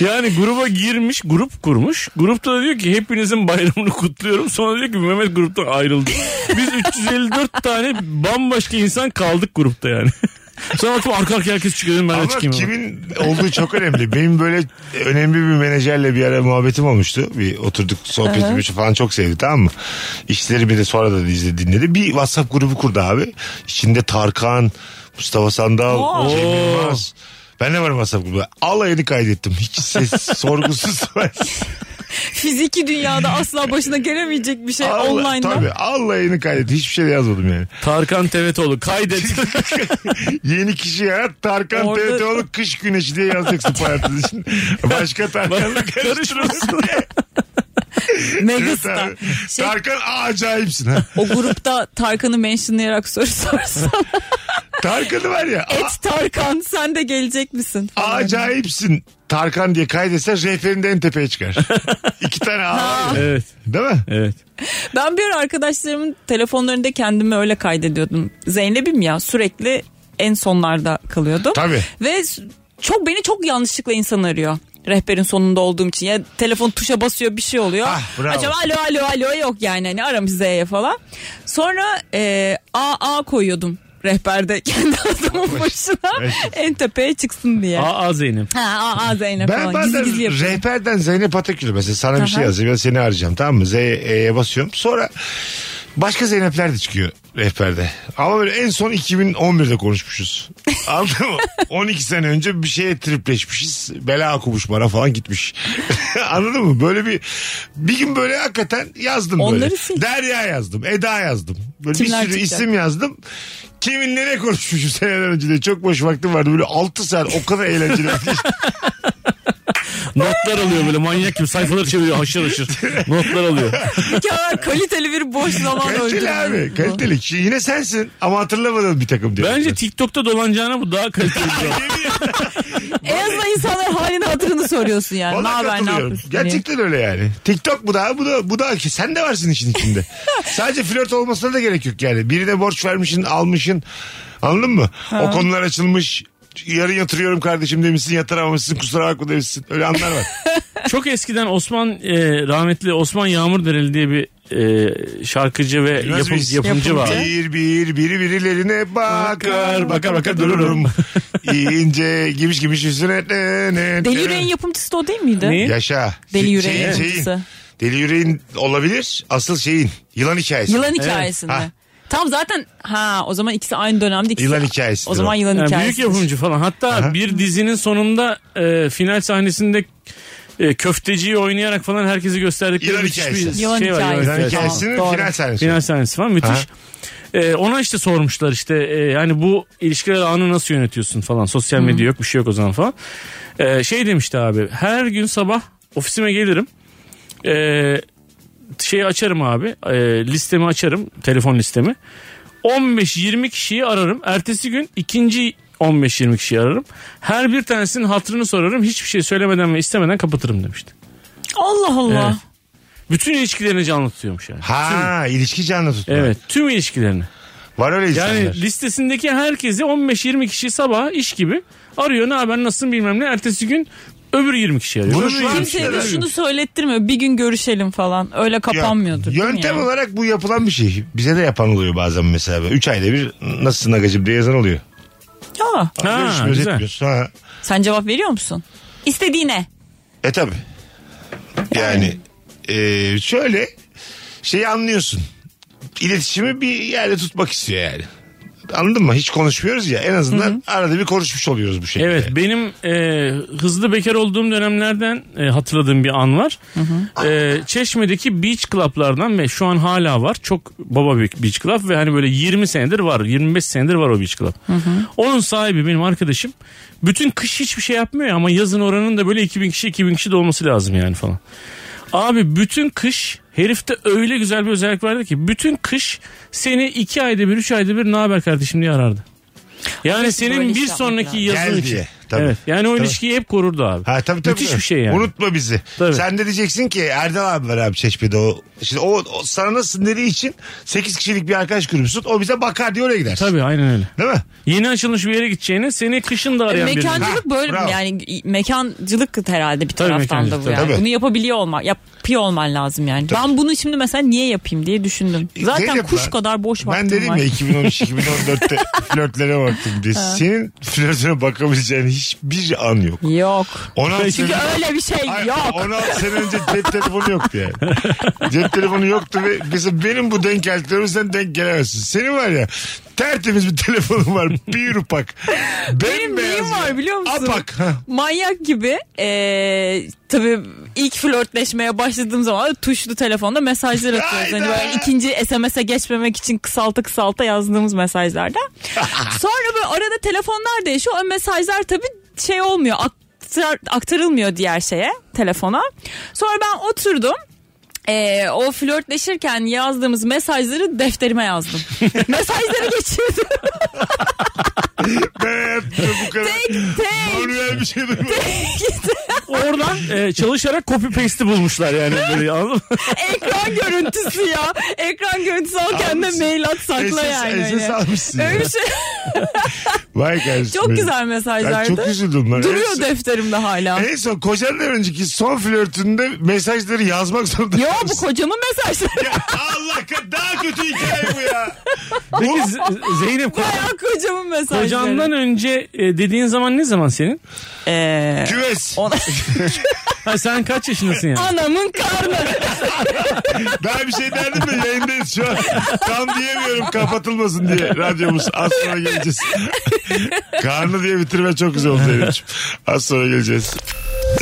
S5: yani gruba girmiş grup kurmuş. Grupta da diyor ki hepinizin bayramını kutluyorum. Sonra diyor ki Mehmet gruptan ayrıldı. Biz 354 tane bambaşka insan kaldık grupta yani. (laughs) Sonra baktım arka arkaya herkes çıkıyor dedim ben de
S3: Ama
S5: çıkayım. hemen.
S3: kimin olduğu çok önemli. Benim böyle önemli bir menajerle bir ara muhabbetim olmuştu. Bir oturduk sohbetimi falan çok sevdi tamam mı? İşlerimi de sonra da izledi dinledi. Bir WhatsApp grubu kurdu abi. İçinde Tarkan, Mustafa Sandal,
S4: Oo.
S3: Cem Yılmaz. Ben de varım WhatsApp grubuna. Alayını kaydettim. Hiç ses sorgusuz.
S4: Fiziki dünyada asla başına gelemeyecek bir şey
S3: Allah-
S4: online'da.
S3: Tabii alayını kaydettim. Hiçbir şey de yazmadım yani.
S5: Tarkan Tevetoğlu kaydet.
S3: Yeni kişi yarat. Tarkan
S4: Orada-
S3: TRT'nin kış güneşi diye yazacaksın parantez için. Başka Tarkan'la karıştırmasın.
S4: Megastar. Şey,
S3: Tarkan aa, acayipsin
S4: (laughs)
S3: ha.
S4: o grupta Tarkan'ı mentionlayarak soru sorsam.
S3: Tarkan'ı var ya. aa,
S4: Et Tarkan sen de gelecek misin?
S3: aa, acayipsin. Tarkan diye kaydetsen rehberin de en tepeye
S4: (laughs)
S3: çıkar. İki tane A var ya.
S5: (laughs) evet.
S3: Değil mi?
S5: Evet.
S4: Ben bir ara arkadaşlarımın telefonlarında kendimi öyle kaydediyordum. Zeynep'im ya sürekli en sonlarda kalıyordum.
S3: Tabii.
S4: Ve s- çok beni çok yanlışlıkla insan arıyor. Rehberin sonunda olduğum için. Ya telefon tuşa basıyor bir şey oluyor.
S3: Ah, bravo.
S4: Acaba alo alo alo yok yani hani aram Z'ye falan. Sonra e, AA koyuyordum rehberde (laughs) kendi adımın başına
S3: Mesut.
S4: en tepeye çıksın diye.
S5: Aa Zeynep.
S4: Ha, AA Zeynep
S3: Ben
S4: falan gizli
S3: bazen
S4: gizli yapıyorum.
S3: rehberden Zeynep Atakül mesela sana bir şey
S4: Aha.
S3: yazacağım ya seni arayacağım tamam mı? Z'ye basıyorum. Sonra başka Zeynep'ler de çıkıyor rehberde. Ama böyle en son 2011'de
S4: (laughs)
S3: konuşmuşuz. Anladın mı? 12 sene önce bir şeye tripleşmişiz. Bela okumuş bana falan gitmiş. (laughs) Anladın mı? Böyle bir bir gün böyle hakikaten yazdım böyle.
S4: Onları sil.
S3: Derya yazdım. Eda yazdım. Böyle
S4: Kimler
S3: bir sürü
S4: çıkacak?
S3: isim yazdım. Kiminle ne konuşmuşuz seneler önce de çok boş vaktim vardı. Böyle 6 saat o kadar eğlenceli.
S4: (laughs)
S5: Notlar alıyor böyle manyak gibi sayfaları çeviriyor haşır haşır. Notlar alıyor.
S4: Ya, kaliteli bir boş zaman öldürdüm.
S3: Kaliteli abi. Kaliteli. Şimdi yine sensin ama hatırlamadın bir takım diye.
S5: Bence TikTok'ta dolanacağına bu daha kaliteli. bir şey.
S4: En azından insanların halini hatırını soruyorsun yani. Ne
S3: Vallahi
S4: haber ne
S3: katılıyorum.
S4: yapıyorsun diye.
S3: Gerçekten öyle yani. TikTok bu da bu da bu da ki sen de varsın işin içinde. Sadece flört olmasına da gerek yok yani. Birine borç vermişsin, almışın. Anladın mı? O konular açılmış. Yarın yatırıyorum kardeşim demişsin, yatıramamışsın, kusura bakma demişsin. Öyle anlar var.
S5: Çok eskiden Osman e, rahmetli Osman Yağmurdereli diye bir e, şarkıcı ve
S3: Bilmez
S5: yapım-
S3: miyiz?
S5: yapımcı var.
S3: Bir bir biri birilerine bakar, bakar bakar dururum. İnce gimiş gimiş yüzüne. ne, ne,
S4: Deli
S3: ne.
S4: Yüreğin yapımcısı da o değil miydi?
S5: Ne?
S3: Yaşa. Şey,
S4: Deli yüreğin
S3: Şeyin,
S4: yapımcısı.
S3: şeyin. Deli yüreğin olabilir. Asıl şeyin. Yılan hikayesi.
S4: Yılan hikayesinde.
S3: Ha.
S4: Tam zaten ha o zaman ikisi aynı dönemde ikisi.
S3: Yılan hikayesidir
S4: O zaman
S3: o.
S4: yılan
S5: Yani
S4: hikayesi.
S5: büyük yapımcı falan. Hatta bir dizinin sonunda e, final sahnesinde e, köfteciyi oynayarak falan herkesi gösterdikleri
S3: Yılan
S5: müthiş bir
S3: hikayesi.
S5: şey
S4: Yılan
S5: var.
S4: hikayesi.
S3: Yılan
S4: Tamam,
S3: hikayesinin
S4: doğru.
S3: final sahnesi.
S5: Final sahnesi falan
S3: Aha.
S5: müthiş. Ee, ona işte sormuşlar işte e, yani bu ilişkiler anı nasıl yönetiyorsun falan. Sosyal medya yok bir şey yok o zaman falan. Ee, şey demişti abi her gün sabah ofisime gelirim. Ee, şeyi açarım abi e, listemi açarım telefon listemi. 15-20 kişiyi ararım. Ertesi gün ikinci 15-20 kişiyi ararım. Her bir tanesinin hatırını sorarım. Hiçbir şey söylemeden ve istemeden kapatırım demişti.
S4: Allah Allah.
S5: Evet. Bütün ilişkilerini canlı tutuyormuş yani.
S3: Ha ilişki canlı tutma.
S5: Evet tüm ilişkilerini.
S3: Var öyle insanlar.
S5: Yani listesindeki herkesi 15-20 kişi sabah iş gibi arıyor. Ne haber nasılsın bilmem ne. Ertesi gün öbür 20 kişi arıyor.
S3: Bunu
S5: Öbür
S3: şu
S5: 20
S3: an
S5: kişi
S4: Kimseye de
S5: arıyor.
S4: şunu söylettirmiyor. Bir gün görüşelim falan. Öyle
S3: Ya,
S4: kapanmıyordur. değil mi
S3: Yöntem
S4: yani?
S3: olarak bu yapılan bir şey. Bize de yapan oluyor bazen mesela. Üç ayda bir nasılsın agacım diye yazan oluyor.
S4: Ya,
S5: Ha,
S3: Görüşmüyoruz
S5: güzel.
S3: etmiyoruz. Ha.
S4: sen cevap veriyor musun? İstediğine.
S3: E tabi. Yani e, şöyle şeyi anlıyorsun. İletişimi bir yerde tutmak istiyor yani. Anladın mı? Hiç konuşmuyoruz ya. En azından arada bir konuşmuş oluyoruz bu şekilde.
S5: Evet benim e, hızlı bekar olduğum dönemlerden e, hatırladığım bir an var. E, Çeşme'deki beach club'lardan ve şu an hala var. Çok baba bir beach club ve hani böyle 20 senedir var. 25 senedir var o beach club. Onun sahibi benim arkadaşım. Bütün kış hiçbir şey yapmıyor ama yazın oranın da böyle 2000 kişi 2000 kişi de olması lazım yani falan. Abi bütün kış herifte öyle güzel bir özellik vardı ki bütün kış seni iki ayda bir üç ayda bir ne haber kardeşim diye arardı. Yani
S4: Keşke böyle
S5: senin bir
S4: iş yapmak
S5: sonraki
S4: lazım.
S5: yazın
S3: Gel
S5: için.
S3: diye. Tabii.
S5: Evet. Yani o
S3: Tabii.
S5: ilişkiyi hep korurdu abi.
S3: Ha, tabii, tabii,
S5: Müthiş
S3: tabii.
S5: bir şey yani.
S3: Unutma bizi.
S5: Tabii.
S3: Sen de diyeceksin ki Erdal abi var abi Çeşme'de o. Şimdi o, o sana nasılsın dediği için 8 kişilik bir arkadaş grubusun. O bize bakar diye oraya gider.
S5: Tabii aynen öyle.
S3: Değil mi?
S5: Yeni açılmış bir yere gideceğine seni kışın
S4: E,
S5: da arayan
S4: (laughs)
S5: biri.
S4: Mekancılık
S3: Ha,
S4: böyle
S3: bravo.
S4: yani i- mekancılık herhalde bir
S5: Tabii
S4: taraftan da
S5: mekancılık,
S4: bu yani.
S3: tabii.
S4: Bunu yapabiliyor olman, yapıyor olman lazım yani. Ben bunu şimdi mesela niye yapayım diye düşündüm. Zaten
S3: Zeynep,
S4: kuş
S3: ben-
S4: kadar boş vaktim
S3: Ben dedim
S4: var.
S3: ya
S5: (laughs)
S3: 2013-2014'te flörtlere baktım diye. Senin flörtüne bakabileceğin hiçbir an
S5: (laughs)
S3: yok.
S4: Yok.
S3: 16
S4: Çünkü
S3: sene-
S4: öyle bir şey
S3: Ay,
S4: yok.
S3: 16 sene önce cep telefonu yoktu yani. cep telefonu yoktu ve mesela benim bu denk geldiklerimi sen denk gelemezsin. Senin var ya tertemiz bir telefonun var. Bir upak.
S4: Benim neyim var biliyor musun?
S3: Apak. Ha.
S4: Manyak gibi eee tabii ilk flörtleşmeye başladığım zaman tuşlu telefonda mesajlar atıyoruz. Hani
S3: Hayda.
S4: böyle ikinci SMS'e geçmemek için kısalta kısalta yazdığımız mesajlarda. Sonra böyle arada telefonlar değişiyor. O mesajlar tabii şey olmuyor aktar- aktarılmıyor diğer şeye telefona. Sonra ben oturdum. Ee, o flörtleşirken yazdığımız mesajları defterime yazdım. mesajları geçirdim
S3: Ben hayatımda bu kadar
S4: tek tek.
S3: manuel bir şey duymadım.
S5: Oradan e, çalışarak copy paste'i bulmuşlar yani. Böyle, anladın mı?
S4: Ekran görüntüsü ya. Ekran görüntüsü al kendine
S3: Almışsın.
S4: mail at sakla
S3: SS
S4: yani.
S3: SS
S4: Öyle.
S3: almışsın. ya.
S4: Öyle bir şey.
S3: Vay kardeşim.
S4: Çok
S3: benim.
S4: güzel
S3: Ben
S4: mesajlardı.
S3: çok üzüldüm lan. En
S4: Duruyor
S3: son-
S4: defterimde hala.
S3: En son kocandan önceki son flörtünde mesajları yazmak zorunda.
S4: Yo bu
S3: kalmışsın.
S4: kocamın mesajları. (laughs)
S3: Ya Allah ka- daha kötü hikaye bu ya.
S5: Peki (laughs) Z- Zeynep
S4: Bayağı kocamın mesajları.
S5: kocandan önce e, dediğin zaman ne zaman senin?
S4: Ee,
S3: Küves.
S5: Ha, sen kaç yaşındasın yani?
S4: anamın karnı.
S3: Daha bir şey derdim de yayındayız şu an. Tam diyemiyorum kapatılmasın diye radyomuz. Az sonra geleceğiz. Karnı diye bitirme çok güzel oldu Zeynep'ciğim. Az sonra geleceğiz.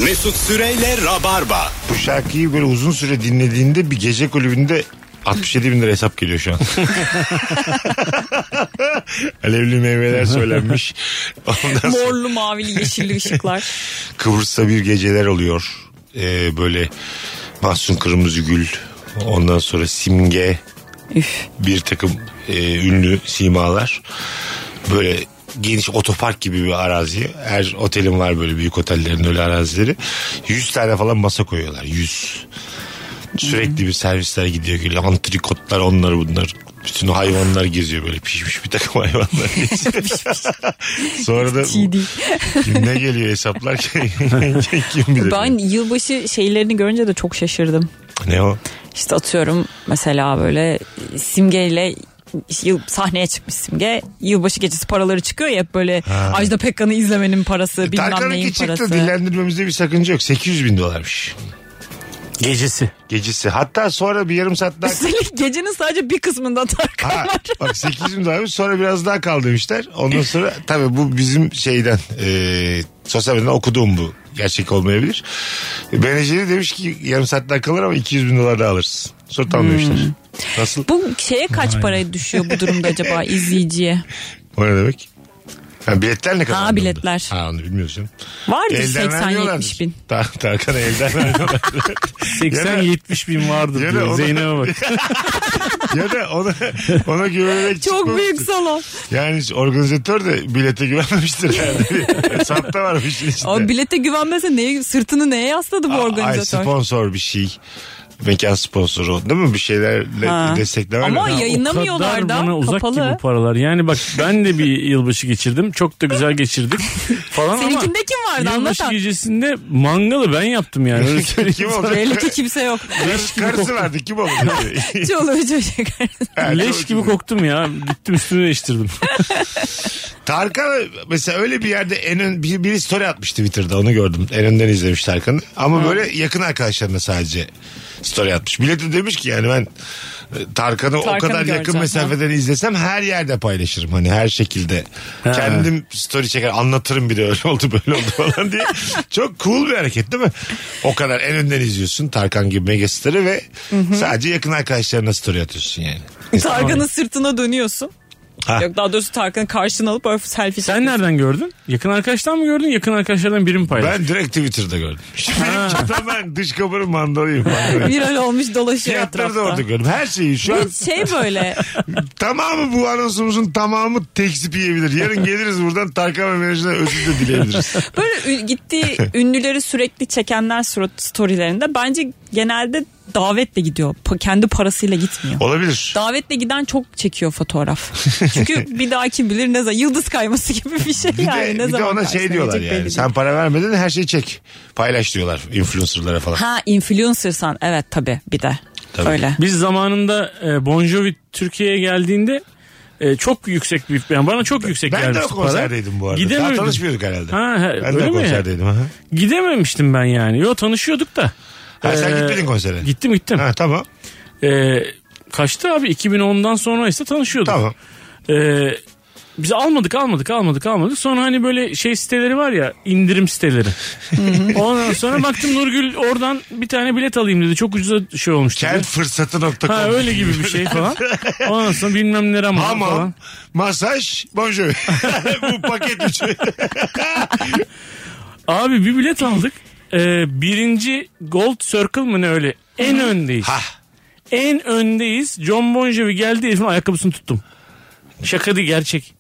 S2: Mesut Süreyle Rabarba.
S3: Bu şarkıyı böyle uzun süre dinlediğinde bir gece kulübünde 67 bin lira hesap geliyor şu an. Alevli meyveler söylenmiş. Ondan sonra...
S4: Morlu mavili yeşilli ışıklar.
S3: Kıbrıs'ta bir geceler oluyor. Ee, böyle Mahsun Kırmızıgül ondan sonra Simge
S4: Üf.
S3: bir takım e, ünlü simalar böyle geniş otopark gibi bir arazi. Her otelin var böyle büyük otellerin öyle arazileri. 100 tane falan masa koyuyorlar. 100. Sürekli bir servisler gidiyor geliyor. Antrikotlar onlar bunlar. Bütün hayvanlar geziyor böyle pişmiş bir takım hayvanlar geziyor.
S4: (laughs)
S3: Sonra da
S4: Çiğ değil.
S3: kim ne geliyor hesaplar (laughs) ki? kim bilir.
S4: Ben yılbaşı şeylerini görünce de çok şaşırdım.
S3: Ne o?
S4: İşte atıyorum mesela böyle simgeyle yıl, sahneye çıkmış simge. Yılbaşı gecesi paraları çıkıyor ya hep böyle Ajda Pekkan'ı izlemenin parası bilmem
S3: E, Tarkan'ınki
S4: neyin
S3: çıktı
S4: parası.
S3: dillendirmemizde bir sakınca yok. 800 bin dolarmış
S5: Gecesi.
S3: gecesi. Hatta sonra bir yarım saat daha...
S4: Üstelik gecenin sadece bir kısmında Tarkan
S3: Ha,
S4: var.
S3: bak 800 bin dolarmış sonra biraz daha kaldı demişler. Ondan sonra tabii bu bizim şeyden e, sosyal medyadan okuduğum bu. Gerçek olmayabilir. E, Menajeri demiş ki yarım saat daha kalır ama 200 bin dolar daha alırsın. Sonra
S4: Hmm.
S3: tamam demişler. Nasıl?
S4: Bu şeye kaç para düşüyor bu durumda acaba izleyiciye?
S3: O ne demek? Ha, biletler ne kadar?
S4: Ha,
S3: alındı?
S4: biletler.
S3: Ha onu bilmiyorsun.
S4: Vardır
S3: Elden vermiyorlardır.
S4: 80-70 bin.
S3: Ta- Tarkan'a elden
S4: (laughs)
S3: vermiyorlar. Ya da-
S5: 80-70 bin vardı
S3: Ya da
S5: diyor.
S3: ona- (laughs)
S5: Zeynep'e bak.
S3: ya da ona, ona güvenerek
S4: Çok
S3: çıkmamıştır.
S4: büyük salon.
S3: Yani organizatör de bilete güvenmemiştir
S4: (laughs)
S3: herhalde. Sahte var bir şey içinde.
S4: O bilete güvenmese neye, sırtını neye yasladı bu
S3: Ay,
S4: organizatör?
S3: sponsor bir şey. Mekan sponsoru değil mi? Bir şeylerle
S4: Ha.
S3: desteklemeler.
S4: Ama
S3: lazım.
S4: yayın- Yayınlamıyorlar
S5: kadar
S4: da,
S5: bana uzak
S4: kapalı.
S5: ki bu paralar. Yani bak ben de bir yılbaşı geçirdim. Çok da güzel
S4: (laughs)
S5: geçirdik falan ama
S4: Seninkinde kim vardı
S5: yılbaşı
S4: anlatan?
S5: gecesinde mangalı ben yaptım
S3: (laughs)
S4: (laughs)
S5: yani. Öyle söyleyeyim.
S3: Kim oldu?
S4: Belli ki
S3: (laughs)
S4: kimse yok.
S3: Karısı- Karısı vardı kim oldu? (laughs)
S4: Çoluğu çocuk.
S5: Leş gibi koktum ya. Gittim üstümü
S3: (laughs)
S5: değiştirdim.
S3: Tarkan mesela öyle bir yerde en ön, bir, biri story atmıştı Twitter'da onu gördüm. En önden izlemiş Tarkan'ı. Ama böyle yakın arkadaşlarına sadece story atmış. Bileti demiş ki yani ben e, Tarkan'ı o
S4: Tarkan'ı
S3: kadar yakın
S4: göreceğim,
S3: mesafeden izlesem her yerde paylaşırım hani her şekilde. Kendim story çeker anlatırım bir de öyle oldu böyle oldu falan
S4: (laughs)
S3: diye. Çok cool bir hareket değil mi? O kadar en önden izliyorsun Tarkan gibi megastarı ve sadece yakın arkadaşlarına story atıyorsun yani.
S4: Tarkan'ın sırtına dönüyorsun.
S3: Ha.
S4: Yok daha doğrusu Tarkan'ın karşısına alıp böyle selfie
S5: Sen nereden gördün? Yakın arkadaştan mı gördün? Yakın arkadaşlardan biri mi paylaştı?
S3: Ben direkt Twitter'da gördüm. şey Şimdi benim çatam ben dış kabarım (laughs) mandalıyım.
S4: Viral olmuş dolaşıyor
S3: Fiyatları da orada
S4: etrafta.
S3: gördüm. Her şeyi şu an
S4: Şey böyle
S3: tamamı bu anonsumuzun tamamı teksip yiyebilir. (laughs) Yarın geliriz buradan Tarkan ve menajerine ödül de dileyebiliriz.
S4: böyle
S3: (laughs)
S4: ü- gittiği ünlüleri sürekli çekenler surat- storylerinde bence genelde davetle gidiyor. Pa- kendi parasıyla gitmiyor.
S3: Olabilir.
S4: Davetle giden çok çekiyor fotoğraf. Çünkü bir daha kim bilir ne zaman yıldız kayması gibi bir
S3: (laughs)
S4: şey
S3: Bir de,
S4: yani. ne
S3: bir de
S4: zaman
S3: ona şey
S4: karşına
S3: diyorlar
S4: gelecek belli
S3: yani.
S4: değil.
S3: Sen para vermeden her şeyi çek. Paylaş diyorlar influencerlara falan.
S4: Ha influencersan evet tabi bir de.
S3: Tabii.
S4: Öyle.
S5: Biz zamanında e, Bon Jovi Türkiye'ye geldiğinde e, çok yüksek bir yani bana çok yüksek
S3: Ben de o
S5: gelmişti para.
S3: konserdeydim bu arada. Daha
S5: Gidemiyordum.
S3: tanışmıyorduk herhalde.
S5: Ha, he,
S3: ben de
S5: öyle
S3: o
S5: mi?
S3: konserdeydim. Ha.
S5: Gidememiştim ben yani. Yo tanışıyorduk da.
S3: Ha, sen
S5: Ee,
S3: gitmedin konsere.
S5: Gittim gittim.
S3: Ha, tamam
S5: E, kaçtı abi 2010'dan sonra ise tanışıyorduk.
S3: tamam.
S5: E, biz almadık almadık almadık almadık. Sonra hani böyle şey siteleri var ya indirim siteleri. Ondan sonra baktım Nurgül oradan bir tane bilet alayım dedi. Çok ucuza şey olmuş dedi.
S3: Kent fırsatı nokta
S5: Ha öyle gibi bir şey falan. Ondan sonra bilmem ne ramazan
S3: (laughs) Hamam,
S5: falan.
S3: masaj, bonjour. (laughs) Bu paket üçü.
S5: Abi bir bilet aldık. Ee, birinci Gold Circle mı ne öyle? En öndeyiz.
S3: Hah.
S5: En öndeyiz. John Bon Jovi geldi herifin ayakkabısını tuttum. Şaka değil gerçek.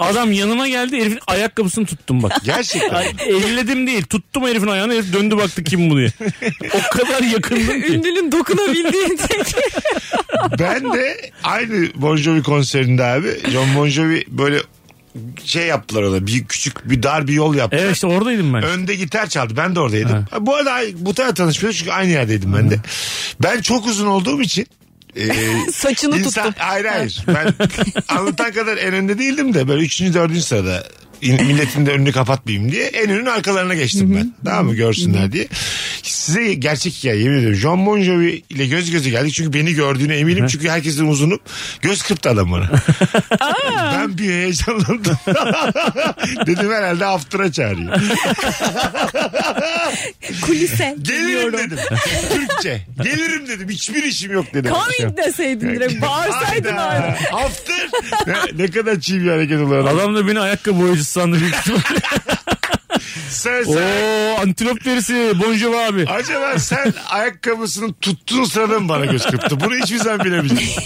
S5: Adam yanıma geldi herifin ayakkabısını tuttum bak.
S3: Gerçekten.
S5: Ay, elledim değil tuttum herifin ayağını herif döndü baktı kim bu diye. O kadar yakındım ki.
S4: Ünlünün dokunabildiği tek
S3: Ben de aynı Bon Jovi konserinde abi. John Bon Jovi böyle şey yaptılar ona. Bir küçük bir dar bir yol yaptılar.
S5: Evet işte oradaydım ben.
S3: Önde gitar çaldı. Ben de oradaydım. Bu arada ay- bu tarafa tanışmıyoruz çünkü aynı yerdeydim ben de. Ben çok uzun olduğum için e,
S4: saçını
S3: insan,
S4: tuttum.
S3: Hayır hayır. Ben anlatan kadar en önde değildim de böyle üçüncü dördüncü sırada in- milletin de önünü kapatmayayım diye en önün arkalarına geçtim ben. tamam mı görsünler diye. Size gerçek hikaye yemin ediyorum. John Bon Jovi ile göz göze geldik. Çünkü beni gördüğüne eminim. çünkü herkesin uzunum. Göz kırptı adam bana. ben bir heyecanlandım. (laughs) Dedim herhalde after'a çağırıyor. (laughs)
S4: kulise
S3: Gelirim
S4: geliyorum.
S3: dedim. Türkçe. Gelirim dedim. Hiçbir işim yok dedim.
S4: Coming deseydin direkt bağırsaydın abi.
S3: Hayda. After. Ne, ne kadar çiğ bir hareket oluyor. Adam.
S5: Adam da beni ayakkabı boyacısı sandı büyük ihtimalle.
S3: Sen, sen,
S5: (laughs) Oo antilop derisi Bon Jovi abi.
S3: acaba sen ayakkabısını tuttuğun sırada mı bana göz kırptı? Bunu hiçbir zaman bilemeyeceğiz.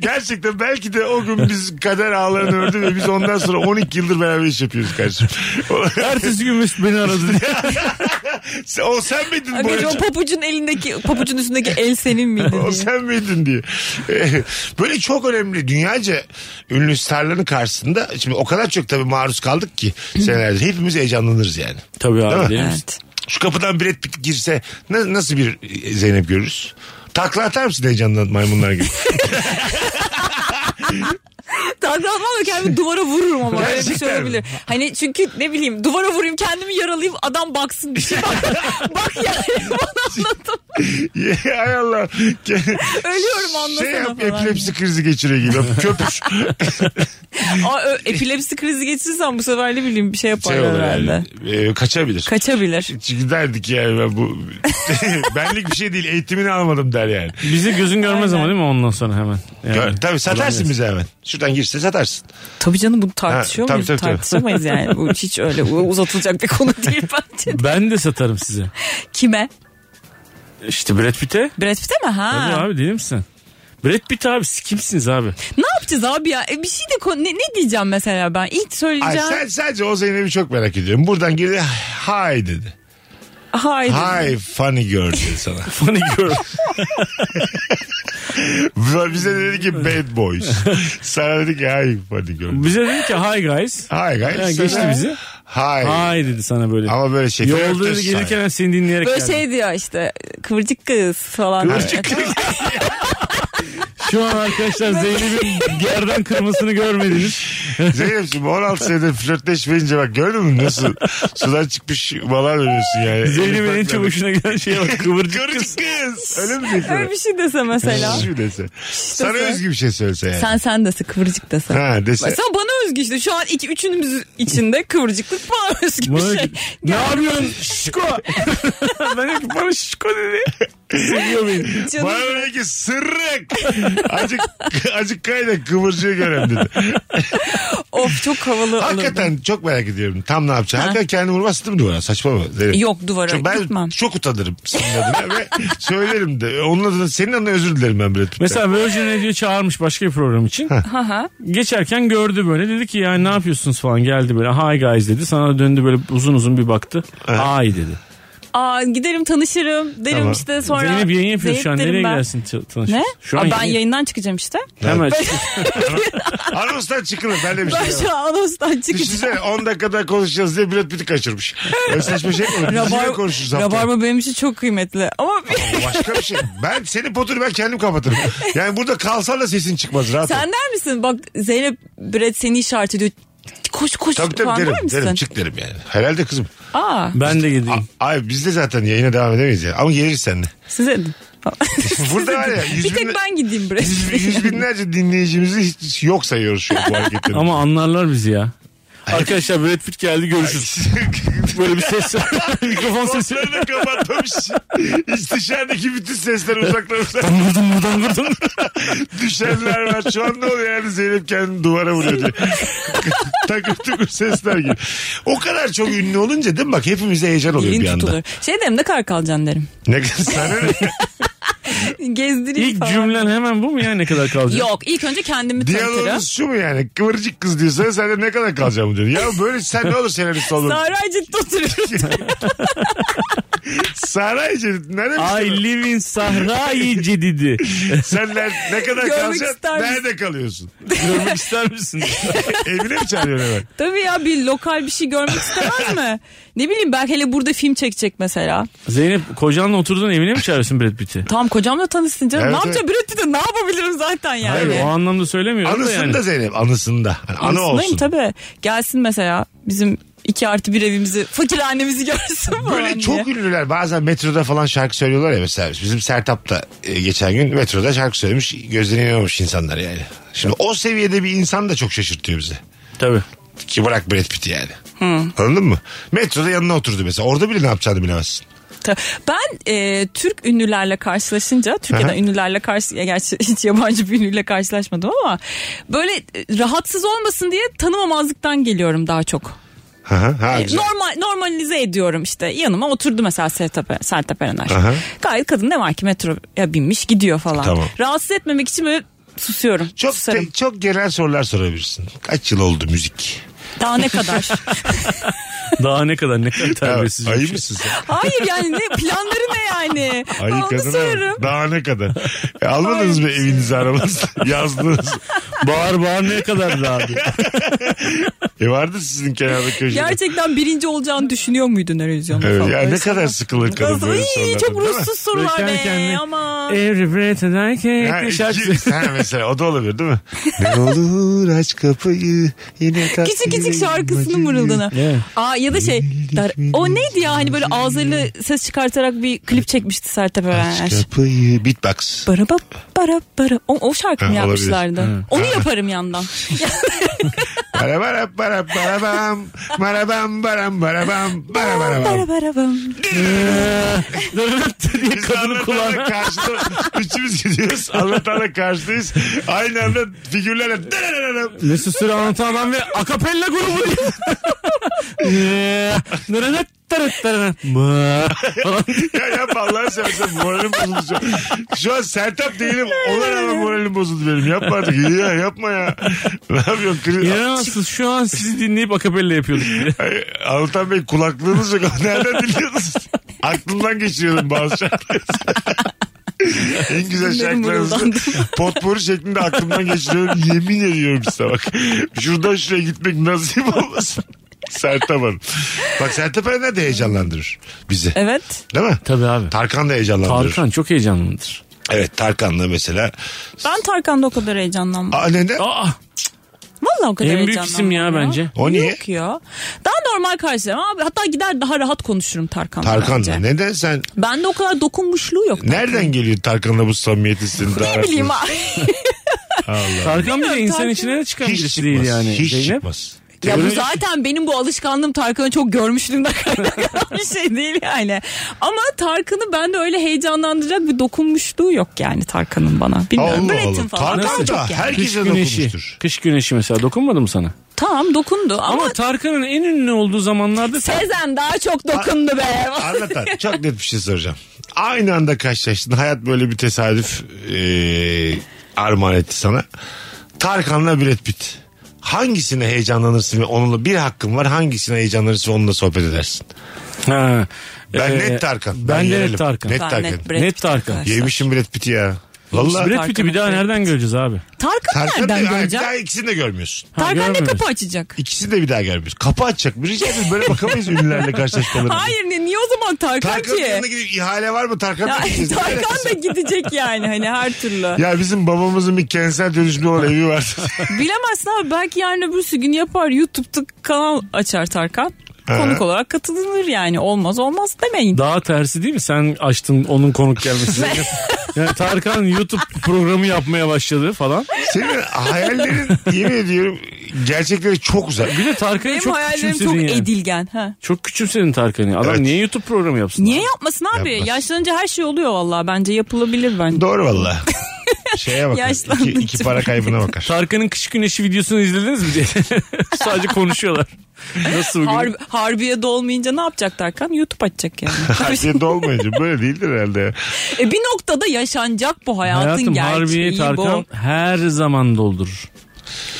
S3: Gerçekten belki de o gün biz kader ağlarını ördü ve biz ondan sonra 12 yıldır beraber iş yapıyoruz kardeşim. O,
S5: Ertesi gün Mesut beni aradı.
S3: sen- o sen miydin bu
S4: Arkadaşlar o papucun elindeki papucun üstündeki el senin miydi?
S3: (laughs) O
S4: diye.
S3: sen miydin diye. (laughs) Böyle çok önemli dünyaca ünlü starların karşısında şimdi o kadar çok tabii maruz kaldık ki senelerdir. Hepimiz heyecanlanırız yani.
S5: (laughs) Tabii
S3: Değil mi?
S5: abi. değil mi?
S4: Evet.
S3: Şu kapıdan bilet girse na- nasıl bir e, Zeynep görürüz? Takla atar mısın heyecandan maymunlar
S4: (laughs)
S3: gibi? (laughs)
S4: Dalgalanmam da kendimi duvara vururum ama böyle bir
S3: Gerçekten
S4: şey
S3: mi?
S4: olabilir. Hani çünkü ne bileyim duvara vurayım kendimi yaralayayım adam baksın bir şey (laughs) bak. bak yani bana anlatın.
S3: Hay Allah.
S4: Ölüyorum anlasana
S3: Şey yap,
S4: falan.
S3: epilepsi krizi geçiriyor gibi.
S4: (laughs)
S3: Şey Köpür.
S4: Aa, ö- epilepsi krizi geçirirsen bu sefer ne bileyim bir şey yaparlar
S3: şey olur
S4: herhalde.
S3: yani. Ee, kaçabilir.
S4: Kaçabilir.
S3: Çünkü derdik yani ben
S4: (laughs)
S3: bu (laughs) benlik bir şey değil eğitimini almadım der yani.
S5: Bizi gözün görmez ama değil mi ondan sonra hemen? Yani.
S3: Gör, tabii satarsın bizi hemen. Şuradan girse satarsın.
S4: Tabii canım bunu tartışıyor
S3: Ha, tabii,
S4: muyuz?
S3: tabii, tabii.
S4: Tartışamayız yani. Bu hiç öyle u- uzatılacak bir konu değil
S3: (laughs)
S4: bence.
S5: Ben de satarım size.
S4: Kime?
S5: İşte Brad Pitt'e.
S4: Brad Pitt'e mi? Ha.
S5: Tabii abi değil misin? Brad Pitt abi siz kimsiniz abi? (laughs)
S4: Ne yapacağız abi ya? E, bir şey de konu- ne, ne diyeceğim mesela ben? İlk
S3: Ay,
S4: söyleyeceğim.
S3: sen sadece o Zeynep'i çok merak ediyorum. Buradan girdi hi dedi.
S5: E,
S4: Haydi.
S3: Hi funny girl dedi sana. (laughs)
S5: Funny girl.
S3: Bize dedi ki bad
S5: (laughs)
S3: boys. Sana dedi ki hi funny girl.
S5: Bize dedi ki hi guys.
S3: Hi guys.
S5: Ya, geçti
S3: Sana
S5: bizi.
S3: Hi.
S5: Hi dedi sana böyle.
S3: Ama böyle şey.
S5: Yolda
S3: Öptü
S5: dedi gelirken ben seni dinleyerek
S4: Böyle
S5: geldim.
S4: şey diyor işte kıvırcık kız falan.
S3: Kıvırcık kız.
S5: Şu an arkadaşlar Zeynep'in gerdan kırmasını görmediniz.
S3: sana. (laughs) Zeynep'ciğim 16 senedir flörtleşmeyince bak gördün mü nasıl sudan çıkmış balar veriyorsun yani.
S5: Zeynep'in en
S3: Elif
S5: çok
S3: Akman'ın.
S5: hoşuna giden şeye bak kıvırcık
S3: Kıvırcık
S5: kız.
S3: kız. Öyle mi
S5: (laughs)
S3: dedi?
S4: Öyle bir şey dese mesela.
S3: Şu dese. Sana
S4: sen.
S3: özgü bir şey söylese yani.
S4: Sen sen dese kıvırcık dese.
S3: Ha dese.
S4: Sen bana özgü işte şu an iki üçünümüz içinde kıvırcıklık bana özgü bir şey.
S5: (laughs) ne yapıyorsun şişko? ben dedim ki bana şişko dedi.
S3: Seviyor beni.
S4: (laughs) Canım.
S3: Bana dedi ki sırrık. (laughs) Acık, acık kaynak kıvırcığı görelim
S4: (laughs)
S3: dedi.
S4: Of çok havalı olurdu.
S3: Hakikaten çok merak ediyorum. Tam ne yapacağım. Hakikaten kendimi vurmazsın değil mi duvara? Saçmalama. Zeynep.
S4: Yok duvara
S3: Çok, ben
S4: gitmem.
S3: çok utanırım senin adına ve söylerim de. Onun adına senin adına özür dilerim ben bile.
S5: Mesela Virgin Radio çağırmış başka bir program için.
S4: Aha.
S5: Geçerken gördü böyle. Dedi ki yani ne yapıyorsunuz falan geldi böyle. Hi guys dedi. Sana da döndü böyle uzun uzun bir baktı. Hi dedi.
S4: Aa, giderim tanışırım derim
S3: Tamam.
S4: işte sonra.
S5: Zeynep yayın yapıyor
S4: Zeynep
S5: şu an.
S4: derim
S5: Nereye
S4: ben.
S5: gelsin t- tanışırız?
S4: Ne?
S5: Şu
S4: Aa,
S5: an
S4: ben
S5: yayın-
S4: yayından çıkacağım işte. (laughs)
S5: Hemen.
S3: Anonstan çıkılır. Ben de bir şey
S4: Ben
S3: yapamam.
S4: şu an anonstan çıkacağım.
S3: Düşünsene 10 dakikada konuşacağız diye pilot biti kaçırmış. Öyle saçma şey mi olur? Biz yine konuşuruz haftaya.
S4: Rabarba benim için çok kıymetli.
S3: (laughs)
S4: Ama
S3: Başka bir şey. Ben senin potunu ben kendim kapatırım. Yani burada kalsan da sesin çıkmaz rahat ol.
S4: sen der misin? Bak Zeynep Brett seni işaret ediyor. Koş koş
S3: Tabii tabii
S4: falan der
S3: derim,
S4: misin?
S3: derim çık derim yani. Herhalde kızım.
S4: Aa
S5: Ben de (laughs) gideyim.
S3: A- Ay biz de zaten yayına devam edemeyiz yani. Ama geliriz sen
S4: (laughs)
S3: de.
S4: size
S3: (laughs) Burada var ya, yüz
S4: bir
S3: bin-
S4: tek ben gideyim Brett.
S3: Yüz,
S4: (laughs)
S3: yüz binlerce dinleyicimizi hiç yok sayıyoruz şu an bu hareketleri. (laughs)
S5: Ama anlarlar bizi ya. Arkadaşlar Brad Pitt geldi görüşürüz. Böyle bir ses. (laughs) Mikrofon sesi.
S3: Sesleri de kapatmamış. Hiç dışarıdaki bütün sesler uzaklaşmış.
S4: (laughs)
S5: Vurdum buradan vurdum.
S3: Düşenler var. Şu an ne oluyor yani Zeynep kendini duvara vuruyor diye. (laughs) takır tukur sesler gibi. O kadar çok ünlü olunca değil mi bak hepimize heyecan oluyor bir
S4: Elin
S3: anda.
S4: tutulur. Şey derim ne kadar kalacaksın derim.
S3: Ne kadar sana ne?
S4: (laughs) Gezdireyim
S5: İlk
S4: falan.
S5: cümlen hemen bu mu ya ne kadar kalacak?
S4: Yok ilk önce kendimi tanıtırım.
S3: Diyalogumuz şu mu yani? Kıvırcık kız diyorsa sen de ne kadar kalacağım diyor. Ya böyle sen ne olur senarist
S4: (laughs)
S3: olur.
S4: Zahra ciddi oturuyorum.
S3: (laughs) Sara Ecevit nerede
S5: I
S3: misin?
S5: live in Sahra-i Cedidi.
S3: Sen ne, ne kadar
S4: Görmek
S3: kalacaksın?
S4: ister misin?
S3: Nerede kalıyorsun?
S5: Görmek ister misin?
S3: Evine mi çağırıyorsun
S4: (laughs)
S3: hemen?
S4: (laughs) Tabii ya bir lokal bir şey görmek istemez mi? Ne bileyim belki hele burada film çekecek mesela.
S5: Zeynep kocanla oturduğun evine mi çağırıyorsun Brad Pitt'i?
S4: Tamam kocamla tanışsın canım.
S3: Evet,
S4: ne yapacağım Brad Pitt'e ne yapabilirim zaten yani.
S5: Hayır o anlamda söylemiyorum da yani.
S3: Anısında Zeynep anısında. Hani ana
S4: Anısındayım
S3: olsun.
S4: tabii. Gelsin mesela bizim iki artı bir evimizi, fakir annemizi (laughs) görsün falan
S3: Böyle
S4: diye.
S3: çok ünlüler bazen metroda falan şarkı söylüyorlar ya mesela bizim Sertap da e, geçen gün metroda şarkı söylemiş gözlerine inanmamış insanlar yani. Şimdi o seviyede bir insan da çok şaşırtıyor bizi.
S5: Tabii.
S3: Ki bırak Brad Pitt'i yani. Anladın mı? Metroda yanına oturdu mesela orada bile ne yapacağını bilemezsin.
S4: Ta- Ben e, Türk ünlülerle karşılaşınca, Türkiye'den
S3: Aha.
S4: ünlülerle karşı, ya gerçi (laughs) hiç yabancı bir ünlüyle karşılaşmadım ama böyle e, rahatsız olmasın diye tanımamazlıktan geliyorum daha çok.
S3: Ha, ha, ha,
S4: E,
S3: güzel.
S4: Normal normalize ediyorum işte. Yanıma oturdu mesela Sertap, Sertap Erener.
S3: Aha.
S4: Gayet kadın ne var ki metroya binmiş gidiyor falan.
S3: Tamam.
S4: Rahatsız etmemek için böyle susuyorum.
S3: Çok
S4: Susarım.
S3: te- çok genel sorular sorabilirsin. Kaç yıl oldu müzik?
S4: Daha ne kadar?
S3: (laughs)
S5: Daha ne kadar ne kadar terbiyesiz. bir
S3: Ayı
S5: şey.
S3: mısın
S4: (laughs)
S3: sen?
S4: Hayır yani ne planları ne
S3: (laughs)
S4: yani?
S3: Ayı
S4: Onu
S3: kadına
S4: sorarım.
S3: bak. Daha ne kadar? E, almadınız mı
S4: şey.
S3: evinizi arabanızı? (laughs) Yazdınız.
S5: Bağır bağır ne kadar da abi.
S3: E vardı sizin kenarda köşede.
S4: Gerçekten birinci olacağını düşünüyor muydun Erozyon'da
S3: Evet,
S4: falan?
S3: ya
S4: Böyle
S3: ne
S4: sorular.
S3: kadar sıkılır kadın
S4: Nasıl?
S3: böyle
S4: İyi,
S3: sorulardan,
S4: Çok
S3: değil mi?
S4: ruhsuz sorular
S5: Böyle
S4: be
S5: kendi kendine-
S4: ama.
S5: Every breath I
S3: Ha,
S5: take.
S3: iki-
S5: Şarkısı.
S3: (laughs)
S5: (laughs)
S3: ha, mesela o da olabilir değil mi? ne olur aç kapıyı yine tatlı
S4: Küçük küçük şarkısını mırıldana.
S5: Evet.
S4: Aa ya da şey dar- o neydi ya hani böyle ağzıyla ses çıkartarak bir klip çekmişti Sertab Erener.
S3: Aç kapıyı beatbox.
S4: Bara ba- bara bara. O, o şarkı mı
S3: Ha, olabilir.
S4: yapmışlardı? Onu yaparım yandan.
S3: Bara bara bara bara bam barabam baram barabam (laughs) bara bara bam.
S4: bara bara bam.
S5: diye
S3: Biz
S5: kadın
S3: anlatana
S5: kulağına.
S3: karşıda üçümüz gidiyoruz. Anlatana karşıdayız. Aynı anda figürlerle dırırırırım.
S5: Mesut Süre anlatan adam ve akapella grubu (laughs) diye. Eee, nırırırt, tırırt, tırırırt. Mı?
S3: ya yapma Allah'ını seversen moralim bozuldu şu an. Şu an Sertap değilim. Ona rağmen moralim bozuldu benim. Yapma artık. Ya yapma ya. Ne yapıyorsun? Kri-
S5: İnanamazsınız şu an sizi dinleyip akapella yapıyorduk diye.
S3: Ay, Altan Bey kulaklığınız yok. (laughs) Nereden
S5: (laughs)
S3: biliyorsunuz? Aklımdan geçiriyordum bazı şarkıları. en güzel
S4: Sinirlerim
S3: şarkılarınızı
S4: mırıldandı.
S3: (laughs) potpourri şeklinde aklımdan geçiriyorum. Yemin ediyorum size bak. Şuradan şuraya gitmek nasip olmasın. Sertap Hanım. Bak Sertap Erener de heyecanlandırır bizi.
S4: Evet.
S3: Değil mi?
S5: Tabii abi.
S3: Tarkan da heyecanlandırır.
S5: Tarkan çok heyecanlıdır.
S3: Evet Tarkan'la mesela.
S4: Ben Tarkan'da o kadar heyecanlanmam.
S3: Aa neden?
S5: Aa,
S4: Vallahi o kadar
S5: en büyük
S4: heyecanlanmam
S5: isim ya bence.
S3: O niye?
S4: Yok ya. Daha normal karşılarım abi. Hatta gider daha rahat konuşurum Tarkan'la.
S3: Tarkan'la.
S4: bence.
S3: Neden sen?
S4: Bende o kadar dokunmuşluğu yok.
S3: Nereden geliyor Tarkan'la bu samimiyetin?
S4: Ne bileyim abi.
S3: (laughs)
S5: Tarkan bile insan
S4: Tarkan-
S5: içine de çıkan
S3: Hiç
S5: birisi
S3: çıkmaz.
S5: şey değil yani.
S3: Hiç
S5: Zeynep.
S3: çıkmaz.
S4: Ya bu
S5: Böyle-
S4: zaten benim bu alışkanlığım Tarkan'ı çok görmüşlüğümden (laughs) kaynaklanan bir şey değil yani. Ama Tarkan'ı bende öyle heyecanlandıracak bir dokunmuşluğu yok yani Tarkan'ın bana. Bilmiyorum.
S3: Allah
S4: Bırakın
S3: Allah.
S4: falan.
S3: Tarkan
S4: Ama
S3: da
S4: çok yani.
S3: her-
S5: Kış
S3: Herkese
S5: güneşi.
S3: dokunmuştur.
S5: Kış güneşi mesela dokunmadı mı sana?
S4: Tamam dokundu ama,
S5: Ama Tarkan'ın en ünlü olduğu zamanlarda
S4: Sezen daha çok dokundu be.
S3: Anlatan çok net bir şey soracağım. Aynı anda karşılaştın. Hayat böyle bir tesadüf eee armağan etti sana. Tarkan'la Brad Pitt. Hangisine heyecanlanırsın ve onunla bir hakkın var. Hangisine heyecanlanırsın ve onunla sohbet edersin?
S5: Ha,
S3: Ben
S5: e,
S3: net Tarkan.
S5: Ben, de
S3: yenelim.
S5: net Tarkan.
S3: Net
S4: Ben
S3: Tarkan.
S4: net Brad
S5: Net
S4: Pitt
S5: Tarkan.
S4: arkadaşlar.
S3: Yemişim Brad Pitt'i ya. Vallahi.
S5: Brad Pitt'i bir daha
S4: Tarkan'ı-
S5: nereden göreceğiz abi?
S4: Tarkan,
S3: Tarkan
S4: nereden
S3: diyor, "Ay,
S4: görecek?
S3: daha ikisini de görmüyorsun.
S5: Ha,
S4: Tarkan ne
S5: görmüyoruz.
S4: kapı açacak?
S3: İkisini de bir daha görmüyorsun. Kapı açacak. Bir rica ederim böyle bakamayız ünlülerle karşılaşmalarına.
S4: Hayır ne, niye o zaman Tarkan,
S3: Tarkan'ın
S4: ki?
S3: yanına gidip ihale var mı? Tarkan'la
S4: Ya, (laughs)
S3: gideceğiz. Ne
S4: Tarkan
S3: alakası
S4: da
S3: var?
S4: gidecek yani hani her türlü.
S3: Ya bizim babamızın bir kanser dönüşümü olan evi
S4: (laughs)
S3: vardı.
S4: Bilemezsin abi belki yarın öbürsü gün yapar YouTube'da kanal açar Tarkan. Konuk olarak katılınır yani olmaz olmaz demeyin.
S5: Daha tersi değil mi? Sen açtın onun konuk gelmesi. yani Tarkan YouTube programı yapmaya başladı falan.
S3: Senin hayallerin yemin ediyorum gerçekleri çok uzak.
S5: Bir de Tarkan'ı
S4: Benim
S5: çok
S4: hayallerim
S5: küçümsedin
S4: çok
S5: yani.
S4: edilgen. Ha.
S5: Çok küçümsedin Tarkan'ı. Adam
S3: Evet.
S5: niye YouTube programı yapsın?
S4: Niye
S5: abi?
S4: yapmasın abi?
S3: Yapmaz.
S4: Yaşlanınca her şey oluyor vallahi bence yapılabilir bence.
S3: Doğru valla. Şeye bakar.
S4: Yaşlandıkça
S3: İki, iki para kaybına bakar.
S5: Tarkan'ın kış güneşi videosunu izlediniz mi diye. (laughs) Sadece konuşuyorlar. Nasıl bugün?
S4: Harbi, harbiye dolmayınca ne yapacak Tarkan? YouTube
S3: (laughs)
S4: açacak yani.
S3: Harbiye dolmayınca böyle değildir herhalde. ya.
S4: e bir noktada yaşanacak bu hayatın
S5: Hayatım
S4: gerçeği
S5: Harbiye
S4: bu.
S5: Tarkan her zaman doldurur.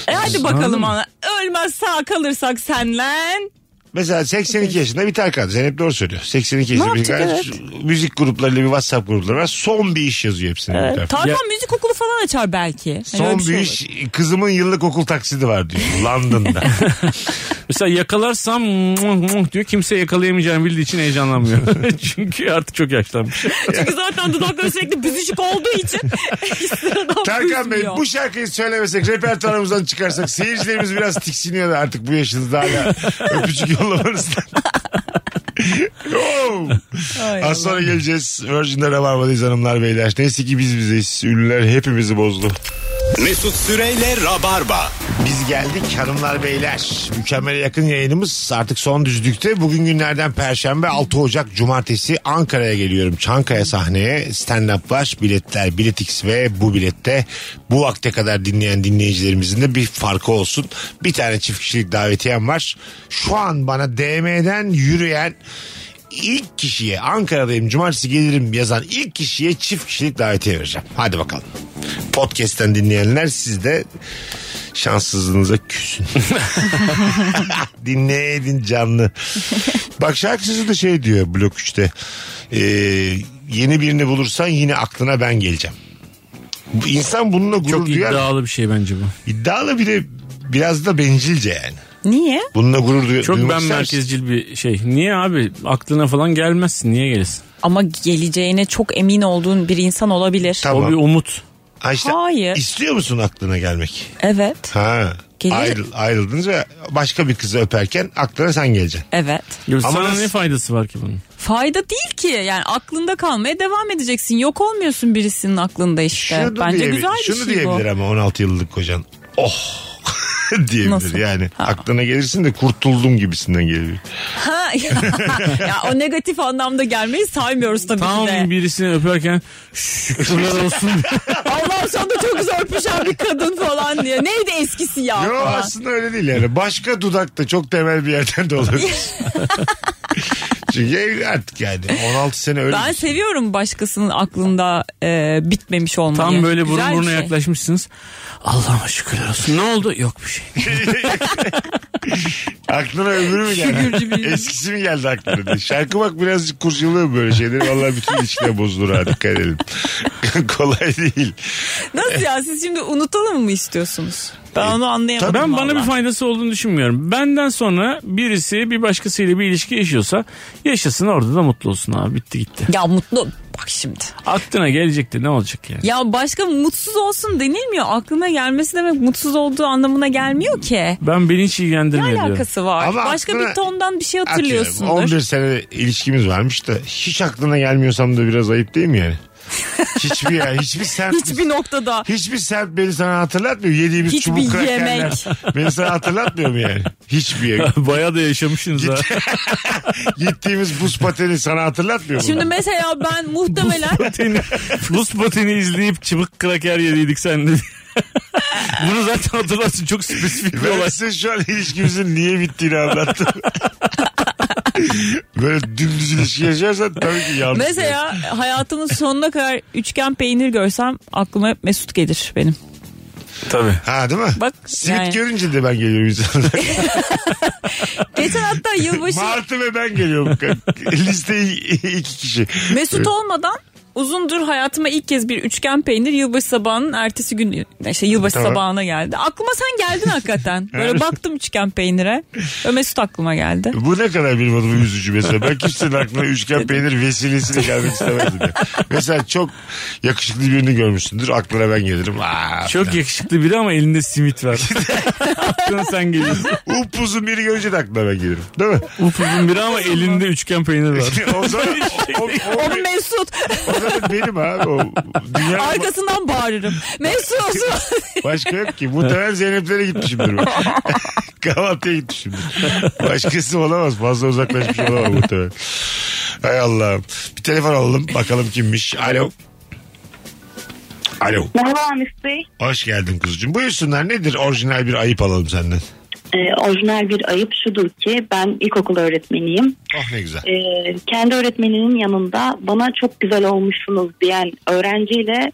S4: E hadi
S5: Anladın
S4: bakalım
S5: mı?
S4: ana. Ölmez sağ kalırsak senlen.
S3: Mesela 82 yaşında bir Tarkan. Zeynep doğru söylüyor. 82 yaşında bir
S4: yapacak,
S3: Tarkan. Müzik gruplarıyla bir WhatsApp grupları var. Son bir iş yazıyor hepsine. bir tarafa.
S4: Tarkan
S5: Ya-
S4: müzik okulu falan açar belki. Hani öyle
S3: Son bir
S4: şey olur.
S3: iş kızımın yıllık okul taksidi var diyor. London'da.
S5: Mesela yakalarsam muh muh diyor kimse yakalayamayacağını bildiği için heyecanlanmıyor. (laughs) Çünkü artık çok yaşlanmış.
S4: (laughs) Çünkü zaten dudakları sürekli büzüşük olduğu için (laughs) istiradan
S3: Tarkan Bey
S4: büzmüyor.
S3: bu şarkıyı söylemesek repertuarımızdan çıkarsak seyircilerimiz biraz tiksiniyor da artık bu yaşınızda hala öpücük (laughs) yollamanızdan. Oo.
S4: Ay
S3: Az sonra geleceğiz. Virgin'de Rabarba'dayız hanımlar beyler. Neyse ki biz bizeyiz. Ünlüler hepimizi bozdu.
S2: Mesut Süreyle Rabarba.
S3: Biz geldik hanımlar beyler. Mükemmele yakın yayınımız artık son düzlükte. Bugün günlerden Perşembe 6 Ocak Cumartesi Ankara'ya geliyorum. Çankaya sahneye stand-up var. Biletler Biletix ve bu bilette bu vakte kadar dinleyen dinleyicilerimizin de bir farkı olsun. Bir tane çift kişilik davetiyem var. Şu an bana DM'den yürüyen ilk kişiye Ankara'dayım cumartesi gelirim yazan ilk kişiye çift kişilik davetiye vereceğim. Hadi bakalım. Podcast'ten dinleyenler siz de şanssızlığınıza
S4: (laughs)
S3: küsün. Dinleyin canlı. Bak şarkısı da şey diyor blok 3'te. Ee, yeni birini bulursan yine aklına ben geleceğim. Bu İnsan bununla gurur
S5: Çok
S3: duyar.
S5: iddialı bir şey bence bu.
S3: İddialı bir de biraz da bencilce yani.
S4: Niye?
S3: Bununla gurur duy-
S5: Çok
S3: duymak
S5: ben
S3: ister misin?
S5: merkezcil bir şey. Niye abi? Aklına falan gelmezsin. Niye gelirsin?
S4: Ama geleceğine çok emin olduğun bir insan olabilir.
S3: Tamam.
S5: O bir umut.
S3: Ha işte,
S4: Hayır.
S3: İstiyor musun aklına gelmek?
S4: Evet.
S3: Ha.
S4: Gelir.
S3: Ayrıl, ayrıldınız ve başka bir kızı öperken aklına sen geleceksin.
S4: Evet.
S5: Ya
S3: Ama
S5: sana
S3: nasıl-
S5: ne faydası var ki bunun?
S4: Fayda değil ki. Yani aklında kalmaya devam edeceksin. Yok olmuyorsun birisinin aklında işte.
S3: Şunu
S4: Bence
S3: diyebil-
S4: güzel bir
S3: şunu
S4: şey bu.
S3: diyebilir ama 16 yıllık kocan. Oh (laughs) diyebilir
S4: Nasıl?
S3: yani.
S4: Ha.
S3: Aklına gelirsin de kurtuldum gibisinden geliyor.
S4: Ha, (laughs) ya o negatif anlamda gelmeyi saymıyoruz tabii
S5: Tam
S4: ki de.
S5: birisini öperken
S4: (laughs)
S5: şükürler olsun.
S4: Allah'ım sen de çok güzel öpüşen bir kadın falan diye. Neydi eskisi ya?
S3: Yo
S4: falan.
S3: aslında öyle değil yani. Başka dudakta çok temel bir yerden de
S4: (laughs)
S3: olabilir. Çünkü evli artık yani. 16 sene öyle.
S4: Ben seviyorum başkasının aklında e, bitmemiş olmayı.
S5: Tam böyle burun
S4: Güzel bir
S5: buruna
S4: şey.
S5: yaklaşmışsınız. Allah'ıma şükürler olsun. Ne oldu? Yok bir şey.
S3: Aklına öbürü mü
S4: Figürcü
S3: geldi?
S4: bir-
S3: Eskisi mi geldi aklına? diye. Şarkı bak birazcık kurcalıyor böyle şeyleri. Vallahi bütün içine bozulur ha dikkat edelim. (laughs) Kolay değil.
S4: (laughs) Nasıl ya siz şimdi unutalım mı istiyorsunuz? Ben onu anlayamadım.
S5: Ben bana bir
S4: vallahi.
S5: faydası olduğunu düşünmüyorum. Benden sonra birisi bir başkasıyla bir ilişki yaşıyorsa yaşasın orada da mutlu olsun abi. Bitti gitti.
S4: Ya mutlu bak şimdi.
S5: Aklına gelecekti ne olacak yani?
S4: Ya başka mutsuz olsun denilmiyor. Aklına gelmesi demek mutsuz olduğu anlamına gelmiyor ki.
S5: Ben beni hiç
S4: Ne
S5: ilgilendirmiyor diyorum.
S4: alakası var?
S3: Ama
S4: başka
S3: aklına-
S4: bir tondan bir şey hatırlıyorsundur. (laughs)
S3: Atıyorum, 11 sene ilişkimiz varmış da hiç aklına gelmiyorsam da biraz ayıp değil mi yani? Hiçbir yer, hiçbir sert.
S4: Hiçbir noktada.
S3: Hiçbir sert beni sana hatırlatmıyor. Yediğimiz
S4: Hiçbir
S3: çubuk krakerler.
S4: yemek.
S3: Beni sana hatırlatmıyor mu yani? Hiçbir yer.
S5: (laughs) Bayağı da yaşamışsınız ha.
S3: Gittiğimiz buz pateni sana hatırlatmıyor mu?
S4: Şimdi mesela
S3: (laughs)
S4: ben muhtemelen
S5: pateni, buz pateni izleyip çıbık kraker yediydik sen dedi. Bunu zaten hatırlarsın çok spesifik bir
S3: Ben
S5: olay.
S3: size şu an ilişkimizin niye bittiğini anlattım. Böyle dümdüz ilişki yaşarsan tabii ki yanlış.
S4: mesela hayatımın sonuna kadar üçgen peynir görsem aklıma hep Mesut gelir benim.
S5: Tabii.
S3: Ha değil mi?
S4: Bak
S3: Simit
S4: yani.
S3: görünce de ben geliyorum insanlara.
S4: Geçen hatta yılbaşı
S3: Martı ve ben geliyorum. (laughs) Listeyi iki kişi.
S4: Mesut olmadan uzundur hayatıma ilk kez bir üçgen peynir yılbaşı sabahının ertesi günü işte yılbaşı
S3: Tamam.
S4: sabahına geldi. Aklıma sen geldin
S3: (laughs)
S4: hakikaten. Böyle baktım üçgen peynire ve Mesut aklıma geldi.
S3: Ee, Bu ne kadar benim adıma üzücü mesela. Ben kimsenin aklına
S4: (laughs)
S3: üçgen peynir vesilesiyle gelmek istemezdim. ya. Mesela çok yakışıklı birini görmüşsündür. Aklına ben gelirim. Aa,
S5: Çok yakışıklı biri ama elinde simit var. Aklına sen geliyorsun.
S3: upuzun biri görünce de aklına ben gelirim. Değil mi?
S5: Upuzun biri ama elinde üçgen
S3: (laughs)
S5: peynir var.
S3: o zaman, o, o,
S4: O Mesut
S3: o zaman benim abi. O, dünyanın
S4: arkasından bağırırım. Mesut
S3: başka yok ki. Muhtemelen Zeynep'lere gitmişimdir ben. Kahvaltıya gitmişimdir. Başkası olamaz. Fazla uzaklaşmış olamam muhtemelen. Hay Allah'ım. Bir telefon alalım. Bakalım kimmiş. Alo. Alo.
S7: Merhaba Ahmet Bey.
S3: Hoş geldin kuzucuğum. Buyursunlar nedir orijinal bir ayıp alalım senden.
S7: Ee, orijinal bir ayıp şudur ki ben ilkokul öğretmeniyim.
S3: Oh ne güzel.
S7: Ee, kendi öğretmeninin yanında bana çok güzel olmuşsunuz diyen öğrenciyle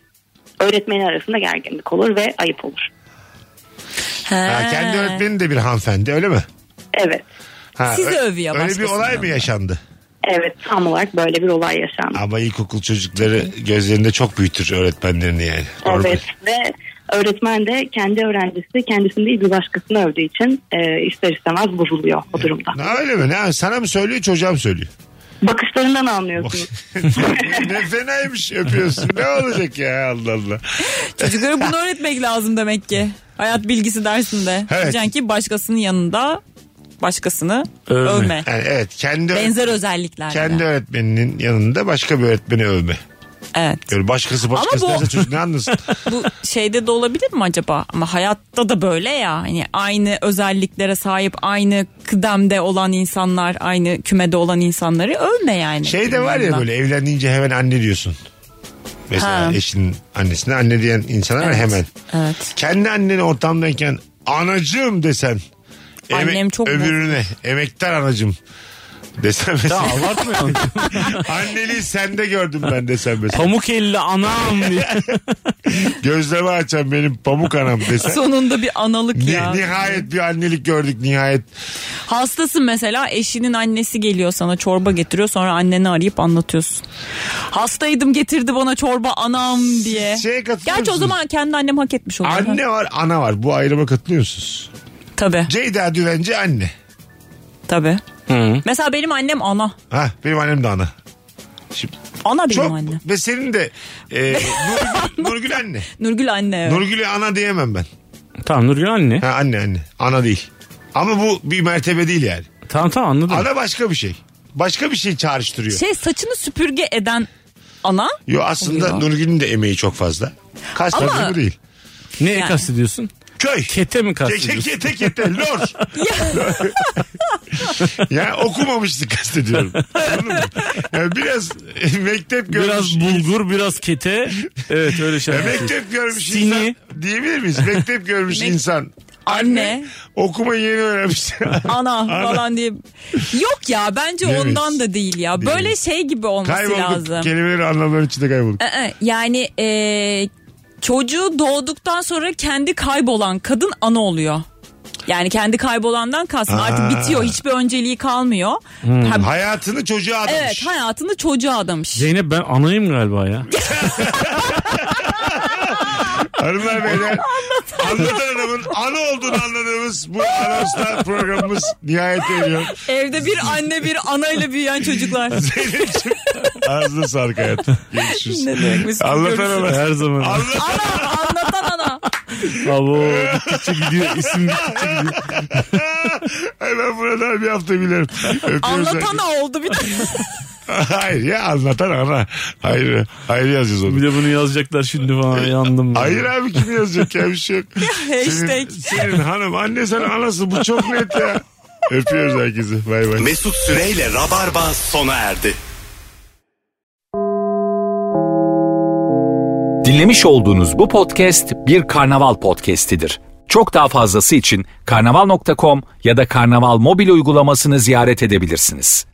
S7: öğretmeni arasında gerginlik olur ve ayıp olur.
S3: (laughs)
S4: Ee.
S3: Ha, kendi öğretmenin de bir hanımefendi öyle mi?
S7: Evet.
S3: Ha,
S4: Sizi
S3: ö-
S4: övüyor
S3: Öyle bir
S4: başkasını
S3: olay mı
S4: övüyor.
S3: yaşandı?
S7: Evet tam olarak böyle bir olay yaşandı.
S3: Ama ilkokul çocukları gözlerinde çok büyütür öğretmenlerini yani. Orada-
S7: Evet ve öğretmen de kendi öğrencisi kendisini değil bir başkasını övdüğü için e, ister istemez bozuluyor o durumda.
S3: Ne öyle mi? Ne, sana mı söylüyor çocuğa mı söylüyor?
S7: Bakışlarından anlıyorsunuz.
S3: ne fenaymış öpüyorsun. Ne olacak ya Allah Allah. (laughs)
S4: Çocuklara bunu öğretmek lazım demek ki. Hayat bilgisi dersinde.
S3: Evet.
S4: Diyeceksin ki başkasının yanında başkasını
S5: Övme.
S4: övme.
S3: Yani evet kendi
S4: Benzer özelliklerle.
S3: kendi öğretmeninin yanında başka bir öğretmeni övme.
S4: Evet.
S3: Yani başkası başkası
S4: bu-
S3: derse çocuk ne anlasın?
S4: Bu şeyde de olabilir mi acaba? Ama hayatta da böyle ya. Hani aynı özelliklere sahip, aynı kıdemde olan insanlar, aynı kümede olan insanları övme yani.
S3: Şey de var ya
S4: Bilmem
S3: böyle evlendiğince hemen anne diyorsun. Mesela
S4: Ha.
S3: eşinin annesine anne diyen insanlar var
S4: Evet,
S3: hemen.
S4: evet.
S3: Kendi anneni ortamdayken anacığım desen.
S4: Annem çok
S3: Öbürüne emektar anacığım desen mesela.
S5: Abartmayalım.
S3: (laughs) Anneliği sende gördüm ben desen mesela.
S5: Pamuk elli anam diye.
S3: Gözleme açan benim pamuk anam
S4: ben.
S3: desen.
S4: Sonunda bir analık
S3: Ni-
S4: ya.
S3: nihayet bir annelik gördük nihayet.
S4: Hastasın mesela eşinin annesi geliyor sana çorba getiriyor sonra anneni arayıp anlatıyorsun. Hastaydım getirdi bana çorba anam diye.
S3: Şeye Şey katılıyor
S4: Gerçi o
S3: musunuz?
S4: zaman kendi annem hak etmiş oluyor.
S3: Anne var ana var bu ayrıma katılıyor musunuz?
S4: Tabii
S3: Ceyda Düvenci anne.
S4: tabii. Mesela benim annem ana.
S3: Ha benim annem de ana. Şimdi
S4: Ana benim
S3: çok
S4: annem.
S3: ve senin de e,
S4: (laughs)
S3: Nurgül, Nurgül anne.
S4: Nurgül anne. evet.
S3: Nurgül'e ana diyemem ben.
S5: Tamam Nurgül anne.
S3: Ha anne anne. Ana değil. Ama bu bir mertebe değil yani.
S5: Tamam tamam anladım.
S3: Ana başka bir şey. Başka bir şey çağrıştırıyor.
S4: Şey saçını süpürge eden ana
S3: Yo aslında
S4: Oluyor.
S3: Nurgül'ün de emeği çok fazla. Kaç
S4: Ama-
S3: fazla bu değil.
S5: Neye
S4: Yani.
S5: kastediyorsun?
S3: Köy.
S5: Kete mi
S3: Kete
S5: kastediyorsun?
S3: kete kete lor.
S4: (laughs)
S3: ya okumamıştık kastediyorum. Anladın mı? Yani biraz mektep görmüş.
S5: Biraz bulgur biraz kete. Evet öyle şey
S3: Ya
S5: şeyler.
S3: mektep görmüş
S5: Sini.
S3: insan diyebilir miyiz? Mektep görmüş
S4: Mek-
S3: insan.
S4: anne
S3: Okumayı yeni öğrenmiş.
S4: (laughs) ana, falan diye. Yok ya bence
S3: Bilemeyiz.
S4: ondan da değil ya.
S3: Değil.
S4: Böyle şey gibi olması
S3: Kaybolduk.
S4: lazım.
S3: Kelimeleri anlamların içinde kaybolduk.
S4: Ee, Yani e, çocuğu doğduktan sonra kendi kaybolan kadın ana oluyor. Yani kendi kaybolandan kalsın. Artık bitiyor. Hiçbir önceliği kalmıyor. Ha,
S3: Hayatını çocuğa adamış.
S4: evet hayatını çocuğa adamış.
S5: Zeynep ben anayım galiba ya.
S3: Hanımlar
S4: (laughs)
S3: beyler anlatan adamın ana olduğunu anladığımız bu anonsla programımız nihayet eriyor.
S4: Evde bir anne bir anayla büyüyen çocuklar.
S3: Zeynep'ciğim ağzına sağlık hayatım. Görüşürüz.
S4: Ne demek Mesut?
S3: Anlatan
S4: Görüşürüz.
S3: ama.
S5: Her zaman.
S3: Anlatan
S4: ana (laughs) anlatan ana.
S5: Abo gittikçe gidiyor isim gittikçe gidiyor.
S3: Ay ben buna daha bir hafta bilirim. Öpüyoruz.
S4: Anlatan oldu bir de.
S3: (laughs) Hayır ya anlatan ana. Hayır. Hayır yazıyoruz onu.
S5: Bir de bunu yazacaklar şimdi falan yandım. ben.
S3: Hayır abi kim yazacak ya bir şey yok. Senin,
S4: Hashtag.
S3: senin hanım anne sen anası bu çok net ya. Öpüyoruz herkesi. Bay bay.
S2: Mesut Süreyle Rabarba sona erdi.
S1: Dinlemiş olduğunuz bu podcast bir karnaval podcastidir. Çok daha fazlası için karnaval.com ya da karnaval mobil uygulamasını ziyaret edebilirsiniz.